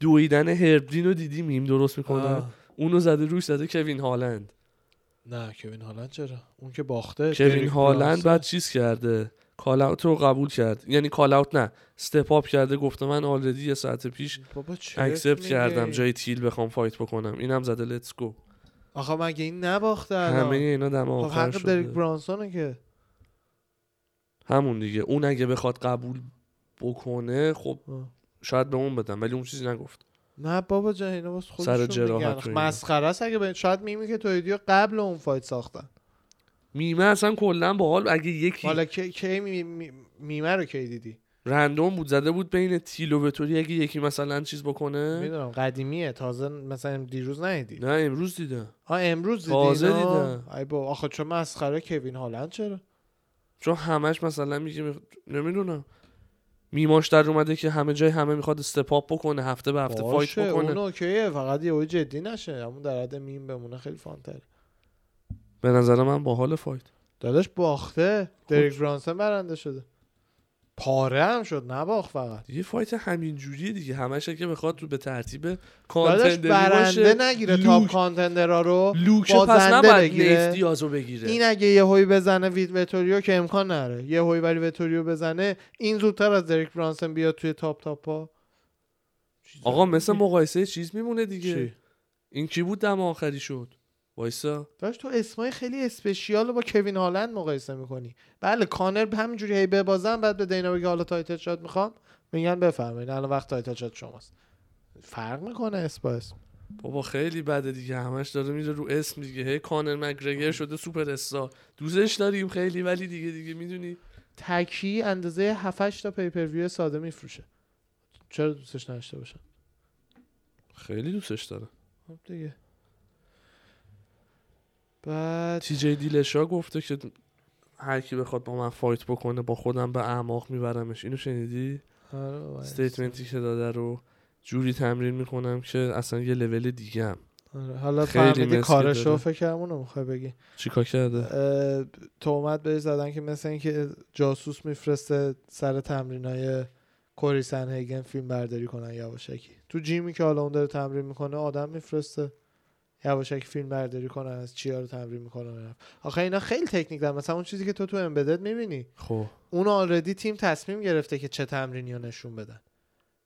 A: دویدن هربدین رو دیدی میم درست میکنه
B: آه.
A: اونو زده روش زده کوین هالند
B: نه کوین هالند چرا اون که باخته
A: کوین
B: دریک
A: هالند
B: برانسون.
A: بعد چیز کرده کال اوت رو قبول کرد یعنی کال اوت نه استپ اپ کرده گفته من آلردی یه ساعت پیش
B: بابا چرت
A: اکسپت
B: میگی.
A: کردم جای تیل بخوام فایت بکنم اینم زده لتس گو
B: آخه مگه این نباخته الان
A: همه اینا دم
B: خب
A: آخر
B: حق دریک
A: شده
B: برانسونه که
A: همون دیگه اون اگه بخواد قبول بکنه خب
B: آه.
A: شاید به اون بدم ولی اون چیزی نگفت
B: نه بابا جان اینا واسه
A: سر
B: خودشون
A: جراحت
B: میگن
A: و
B: خب
A: اینا.
B: مسخره است اگه به شاید میمی که تویدیو قبل اون فایت ساختن
A: میمه اصلا کلا با حال اگه یکی
B: حالا کی کی می- می- میمه رو کی دیدی
A: رندوم بود زده بود بین تیل و وتوری اگه یکی مثلا چیز بکنه
B: میدونم قدیمیه تازه مثلا دیروز ندیدی
A: نه امروز دیدم
B: آ امروز دیدی
A: تازه
B: اینا؟
A: دیدم.
B: ای بابا آخه چون مسخره کوین هالند چرا
A: چون همش مثلا میگه میخ... نمیدونم میماش در اومده که همه جای همه میخواد استپاپ بکنه هفته به هفته فایت
B: باشه
A: بکنه
B: اون اوکیه فقط یه جدی نشه همون در حد میم بمونه خیلی فانتره
A: به نظر من با حال فایت
B: داداش باخته
A: خب.
B: دریک برانسون برنده شده پاره هم شد نباخت فقط
A: دیگه فایت همین جوریه دیگه همش که بخواد تو به ترتیب
B: داداش
A: کانتندری
B: برنده
A: باشه
B: نگیره
A: لوک.
B: تاپ کانتندرا رو
A: لوکشه پس
B: بازنده
A: نباید
B: بگیره.
A: نیف دیازو بگیره
B: این اگه یه هوی بزنه ویت وتوریو که امکان نره یه هوی ولی وتوریو بزنه این زودتر از دریک برانسون بیاد توی تاپ تاپ ها
A: آقا مثل مقایسه چیز میمونه دیگه
B: چی؟
A: این کی بود دم آخری شد وایسا
B: داشت تو اسمای خیلی اسپشیال رو با کوین هالند مقایسه میکنی بله کانر به همینجوری هی ببازن بعد به دینا بگه حالا تایتل شات میخوام میگن بفرمایید الان وقت تایتل شات شماست فرق میکنه اسم با اسم
A: بابا خیلی بده دیگه همش داره میره رو اسم دیگه هی کانر مگرگر شده سوپر استار دوزش داریم خیلی ولی دیگه دیگه میدونی
B: تکی اندازه 7 تا پیپرویو ساده میفروشه چرا دوستش نداشته باشن
A: خیلی دوستش داره
B: خب دیگه بعد
A: تی جی دیلشا گفته که هر کی بخواد با من فایت بکنه با خودم به اعماق میبرمش اینو شنیدی
B: آره بابا،
A: استیتمنتی که داده رو جوری تمرین میکنم که اصلا یه لول دیگه هم
B: آره، حالا
A: خیلی
B: فهمیدی
A: مسکی
B: کارشو
A: داره.
B: فکر کردم اونو میخوای بگی
A: چیکار
B: بله.
A: کرده
B: اه، تهمت بهش زدن که مثل اینکه جاسوس میفرسته سر تمرین های کوری سنهیگن فیلم برداری کنن یواشکی تو جیمی که حالا اون داره تمرین میکنه آدم میفرسته یواشکی فیلم برداری کنن از چیا رو تمرین میکنن آخه اینا خیلی تکنیک دارن مثلا اون چیزی که تو تو امبدد میبینی
A: خب
B: اون آلردی تیم تصمیم گرفته که چه تمرینی رو نشون بدن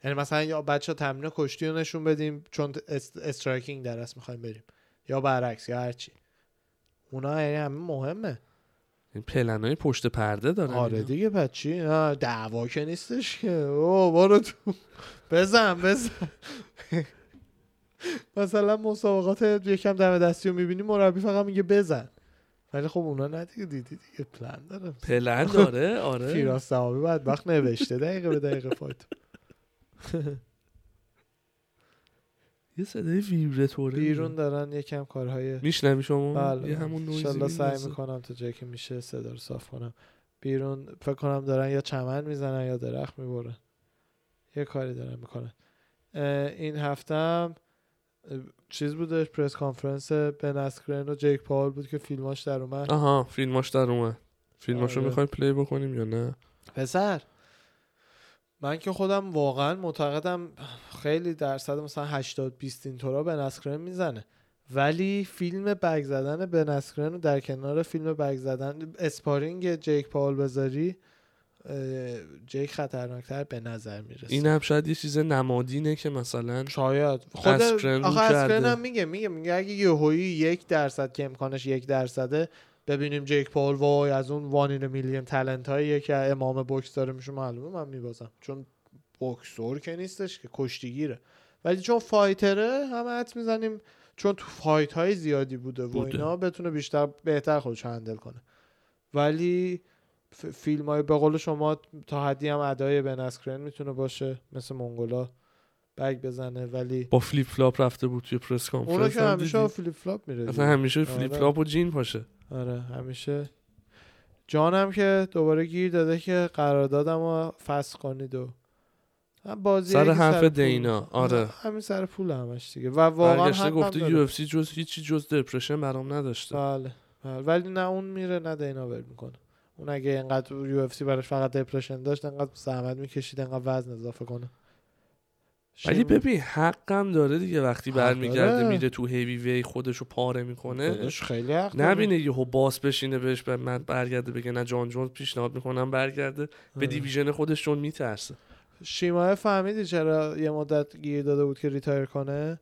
B: یعنی مثلا یا بچه تمرین کشتی رو نشون بدیم چون است- استرایکینگ درس میخوایم بریم یا برعکس یا هرچی اونا یعنی همه مهمه
A: این پلنای پشت پرده دارن
B: آره
A: اینا.
B: دیگه بچی نه، دعوا که نیستش که او برو تو بزن بزن مثلا مسابقات یکم دم دستی رو میبینی مربی فقط میگه بزن ولی خب اونا نه دیگه دیدی دیگه پلن داره
A: پلن داره آره
B: فیراز تمامی بعد وقت نوشته دقیقه به دقیقه فایت
A: یه صدای ویبراتوره
B: بیرون دارن یکم کارهای
A: میشنوی شما
B: بله
A: یه همون نویزی
B: انشالله سعی
A: می‌ندازه.
B: میکنم تا جایی که میشه صدا رو صاف کنم بیرون فکر کنم دارن یا چمن میزنن یا درخت میبرن یه کاری دارن میکنن این هفته هم اه، چیز بودش پرس کانفرنس بن اسکرین و جیک پاول بود که فیلماش در اومد
A: آها فیلماش در اومد فیلماشو
B: آره.
A: میخوای پلی بکنیم یا نه
B: پسر من که خودم واقعا معتقدم خیلی درصد مثلا 80 20 اینطورا به نسکرن میزنه ولی فیلم بگ زدن به نسکرن رو در کنار فیلم بگ زدن اسپارینگ جیک پاول بذاری اه، جیک خطرناکتر به نظر میرسه
A: این هم شاید یه چیز نمادینه که مثلا
B: شاید خود
A: اسکرن رو
B: آخه
A: کرده.
B: اسکرن هم میگه میگه میگه اگه یهویی یک درصد که امکانش یک درصده ببینیم جیک پال وای از اون وان این میلیون تلنت هاییه که امام بوکس داره میشه معلومه من میبازم چون بوکسور که نیستش که کشتیگیره ولی چون فایتره هم حد میزنیم چون تو فایت های زیادی بوده و
A: بوده.
B: اینا بتونه بیشتر بهتر خودش رو هندل کنه ولی ف- فیلم های به قول شما تا حدی هم ادای بن اسکرین میتونه باشه مثل منگولا بگ بزنه ولی
A: با فلیپ فلاپ رفته بود توی پرس
B: اونو
A: کانفرنس
B: که
A: خب، هم
B: همیشه
A: دیدی.
B: با فلیپ فلاپ میره
A: اصلا
B: دیگه.
A: همیشه فلیپ
B: آره.
A: فلاپ و جین پاشه
B: آره همیشه جانم که دوباره گیر داده که قراردادم رو فصل کنید و هم بازی
A: سر
B: که
A: حرف
B: پول.
A: دینا آره
B: همین سر پول همش دیگه و واقعا
A: برگشته
B: حقم
A: گفته
B: داره.
A: یو اف سی جز هیچی جز دپرشن برام نداشته
B: بله. بله. ولی نه اون میره نه دینا ول میکنه اون اگه اینقدر یو اف سی براش فقط دپرشن داشت انقدر زحمت میکشید انقدر وزن اضافه کنه
A: ولی
B: شیم-
A: ببین حقم داره دیگه وقتی
B: حق داره.
A: برمیگرده میره تو هیوی وی خودشو پاره میکنه
B: خودش خیلی حق داره.
A: نبینه یهو باس بشینه بهش بر من برگرده بگه نه جان جونز پیشنهاد میکنم برگرده به
B: آره.
A: دیویژن خودش چون میترسه
B: شیماه فهمیدی چرا یه مدت گیر داده بود که ریتایر کنه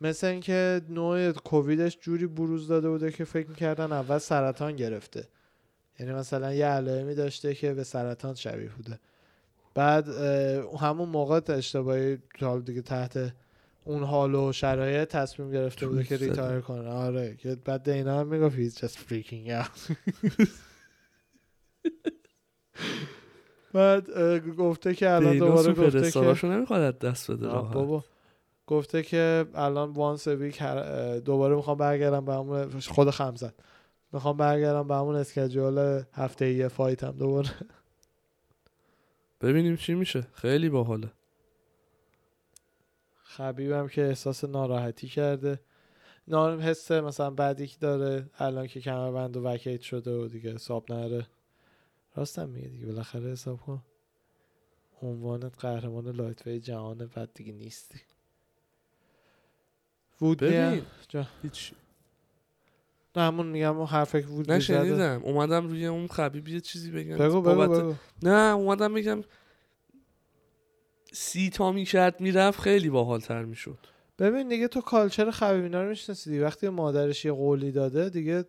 B: مثل اینکه نوع کوویدش جوری بروز داده بوده که فکر میکردن اول سرطان گرفته یعنی مثلا یه علائمی داشته که به سرطان شبیه بوده بعد اه، همون موقع اشتباهی تو حال دیگه تحت اون حال و شرایط تصمیم گرفته بوده که
A: توییت زده.
B: ریتایر کنه آره که بعد دینا هم میگفت he's just freaking out بعد اه، گفته که الان
A: دینا
B: دوباره گفته که
A: سوپرستاراشو نمیخواد از دست بده
B: آه،
A: راحت.
B: بابا گفته که الان وانس ویک دوباره میخوام برگردم به همون خود خم زد میخوام برگردم به همون اسکجول هفته یه فایت هم دوباره
A: ببینیم چی میشه خیلی باحاله
B: خبیبم که احساس ناراحتی کرده نارم حس مثلا بعدی که داره الان که کمربند و وکیت شده و دیگه حساب نره راستم میگه دیگه بالاخره حساب کن عنوانت قهرمان لایت وی جهانه بعد دیگه نیستی وودلی هم-
A: ببین
B: جا.
A: هیچ
B: نه همون میگم اون حرفی که بود
A: نه
B: زده.
A: شنیدم اومدم روی اون خبیب یه چیزی بگم
B: بگو بگو
A: بابت-
B: بگو
A: نه اومدم بگم سی تا میکرد میرفت خیلی باحالتر میشد
B: ببین دیگه تو کالچر خبیبینا رو میشناسی وقتی مادرش یه قولی داده دیگه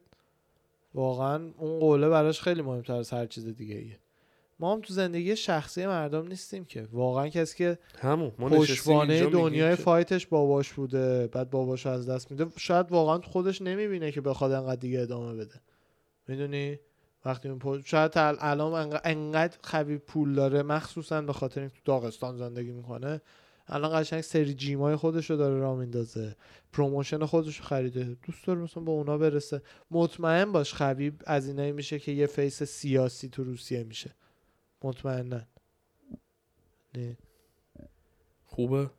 B: واقعا اون قوله براش خیلی مهمتر از هر چیز دیگه ایه ما هم تو زندگی شخصی مردم نیستیم که واقعا کسی که
A: همون ما نشستیم
B: پشتوانه
A: اینجا میگیم
B: دنیای
A: که-
B: فایتش باباش بوده بعد باباش از دست میده شاید واقعا خودش نمیبینه که بخواد انقدر دیگه ادامه بده میدونی وقتی اون پشت شاید تا الان انق- انقدر خبی پول داره مخصوصا به خاطر اینکه تو داغستان زندگی میکنه الان قشنگ سری جیمای خودش رو داره راه میندازه پروموشن خودش رو خریده دوست داره مثلا به اونا برسه مطمئن باش خبیب از اینایی میشه که یه فیس سیاسی تو روسیه میشه مطمئنا نه
A: خوبه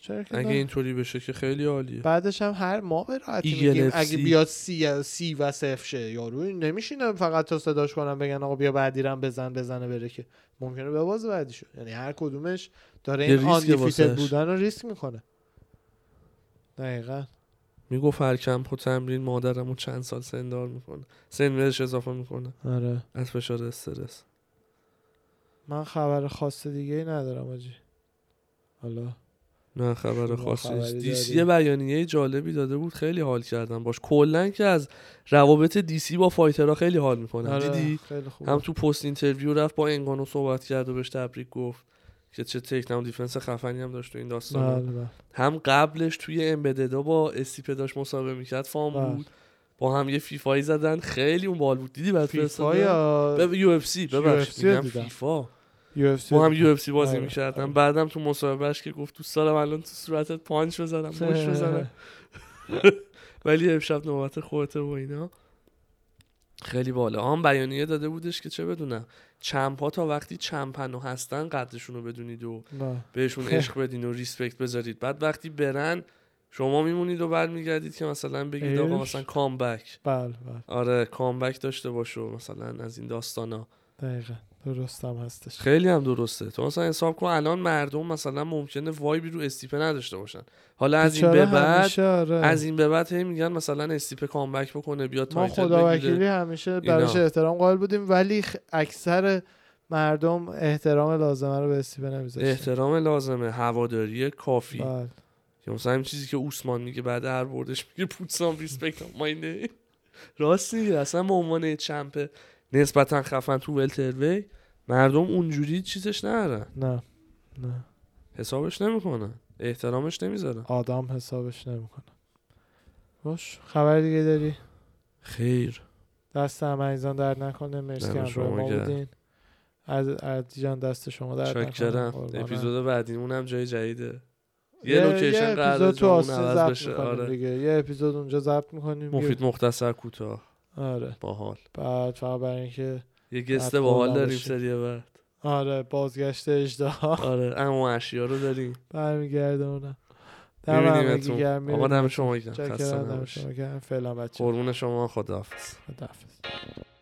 B: چرا که
A: اگه
B: نه؟
A: اینطوری بشه که خیلی عالیه
B: بعدش هم هر ما به راحتی
A: ایگل
B: میگیم
A: اف سی.
B: اگه بیاد سی سی و صفر شه یارو نمیشینه فقط تا صداش کنم بگن آقا بیا بعدی رم بزن بزنه بره که ممکنه به باز بعدی شد یعنی هر کدومش داره
A: یه
B: این
A: ریسکه
B: آندیفیتد
A: واسهش.
B: بودن رو ریسک میکنه دقیقا
A: میگفت هر کمپ و تمرین مادرمو چند سال سندار میکنه سن بهش اضافه میکنه
B: آره
A: از فشار استرس
B: من خبر خاص دیگه ای ندارم آجی حالا
A: نه خبر
B: شما
A: خاصی
B: خبری
A: نیست دیسی
B: داری؟
A: یه بیانیه جالبی داده بود خیلی حال کردم باش کلا که از روابط دیسی با فایترها خیلی حال میکنم
B: آره،
A: دیدی
B: خیلی خوب
A: هم تو پست اینترویو رفت با انگانو صحبت کرد و بهش تبریک گفت که چه تکنم دیفنس خفنی هم داشت تو این داستان
B: بله بله.
A: هم قبلش توی امبددا با استیپه داشت مسابقه میکرد فام
B: بله.
A: بود با هم یه فیفایی زدن خیلی اون بال بود دیدی بعد
B: فیفا یا
A: بب... یو اف سی
B: UFC
A: ببخشید
B: رو
A: میگم
B: دیدم.
A: فیفا
B: یو اف سی
A: با هم یو اف سی بازی
B: آره، آره.
A: میکردم بعدم تو مسابقهش که گفت دوست دارم الان تو صورتت پانچ بزنم مش بزنم ولی امشب نوبت خودته و اینا خیلی بالا هم بیانیه داده بودش که چه بدونم چمپا تا وقتی چمپنو هستن قدرشون رو بدونید و
B: نه.
A: بهشون عشق بدین و ریسپکت بذارید بعد وقتی برن شما میمونید و برمیگردید که مثلا بگید آقا
B: عشق.
A: مثلا کامبک
B: بله بله
A: آره کامبک داشته باشو مثلا از این داستانا
B: دقیقا درستم هستش
A: خیلی هم درسته تو مثلا حساب کن الان مردم مثلا ممکنه وایبی رو استیپه نداشته باشن حالا از این
B: بیچاره
A: به بعد
B: همیشه آره.
A: از این به بعد هی میگن مثلا استیپه کامبک بکنه بیا
B: ما
A: تایتل
B: خدا
A: بگیره
B: وکیلی همیشه براش
A: اینا.
B: احترام قائل بودیم ولی خ- اکثر مردم احترام لازمه رو به استیون نمیذاشتن
A: احترام لازمه هواداری کافی
B: بله.
A: یا مثلا همین چیزی که اوسمان میگه بعد هر بردش میگه پوتسام ریسپکت آف مای نیم راست میگه اصلا به عنوان یه چمپ نسبتا خفن تو ولتروی مردم اونجوری چیزش ندارن
B: نه نه
A: حسابش نمیکنن احترامش نمیذارن
B: آدم حسابش نمیکنه باش خبر دیگه داری
A: خیر
B: دست هم عزیزان در نکنه مرسی
A: دم
B: که همراه
A: شما
B: ما
A: گرم.
B: بودین از عرضی جان دست شما در نکنه
A: چاکرم
B: قربانت.
A: اپیزود بعدیمون هم جای جدیده یه لوکیشن
B: اپیزود
A: قرار
B: تو
A: تو
B: آستین
A: عوض
B: ضبط
A: بشه
B: می‌کنیم
A: آره
B: دیگه یه اپیزود اونجا ضبط میکنیم
A: مفید مختصر کوتاه
B: آره
A: باحال
B: بعد فقط برای اینکه
A: یه گست
B: حتما
A: باحال داریم
B: نباشه.
A: سری بعد
B: آره بازگشت اجدها
A: آره اما اشیا رو داریم
B: برمیگردونم دم همگی گرم
A: میبینیم آقا
B: می‌بینیم.
A: دم شما گرم
B: چاکرم
A: خسته
B: دم
A: نباشید.
B: شما گرم فعلا بچه
A: قربون شما خداحافظ
B: خداحافظ.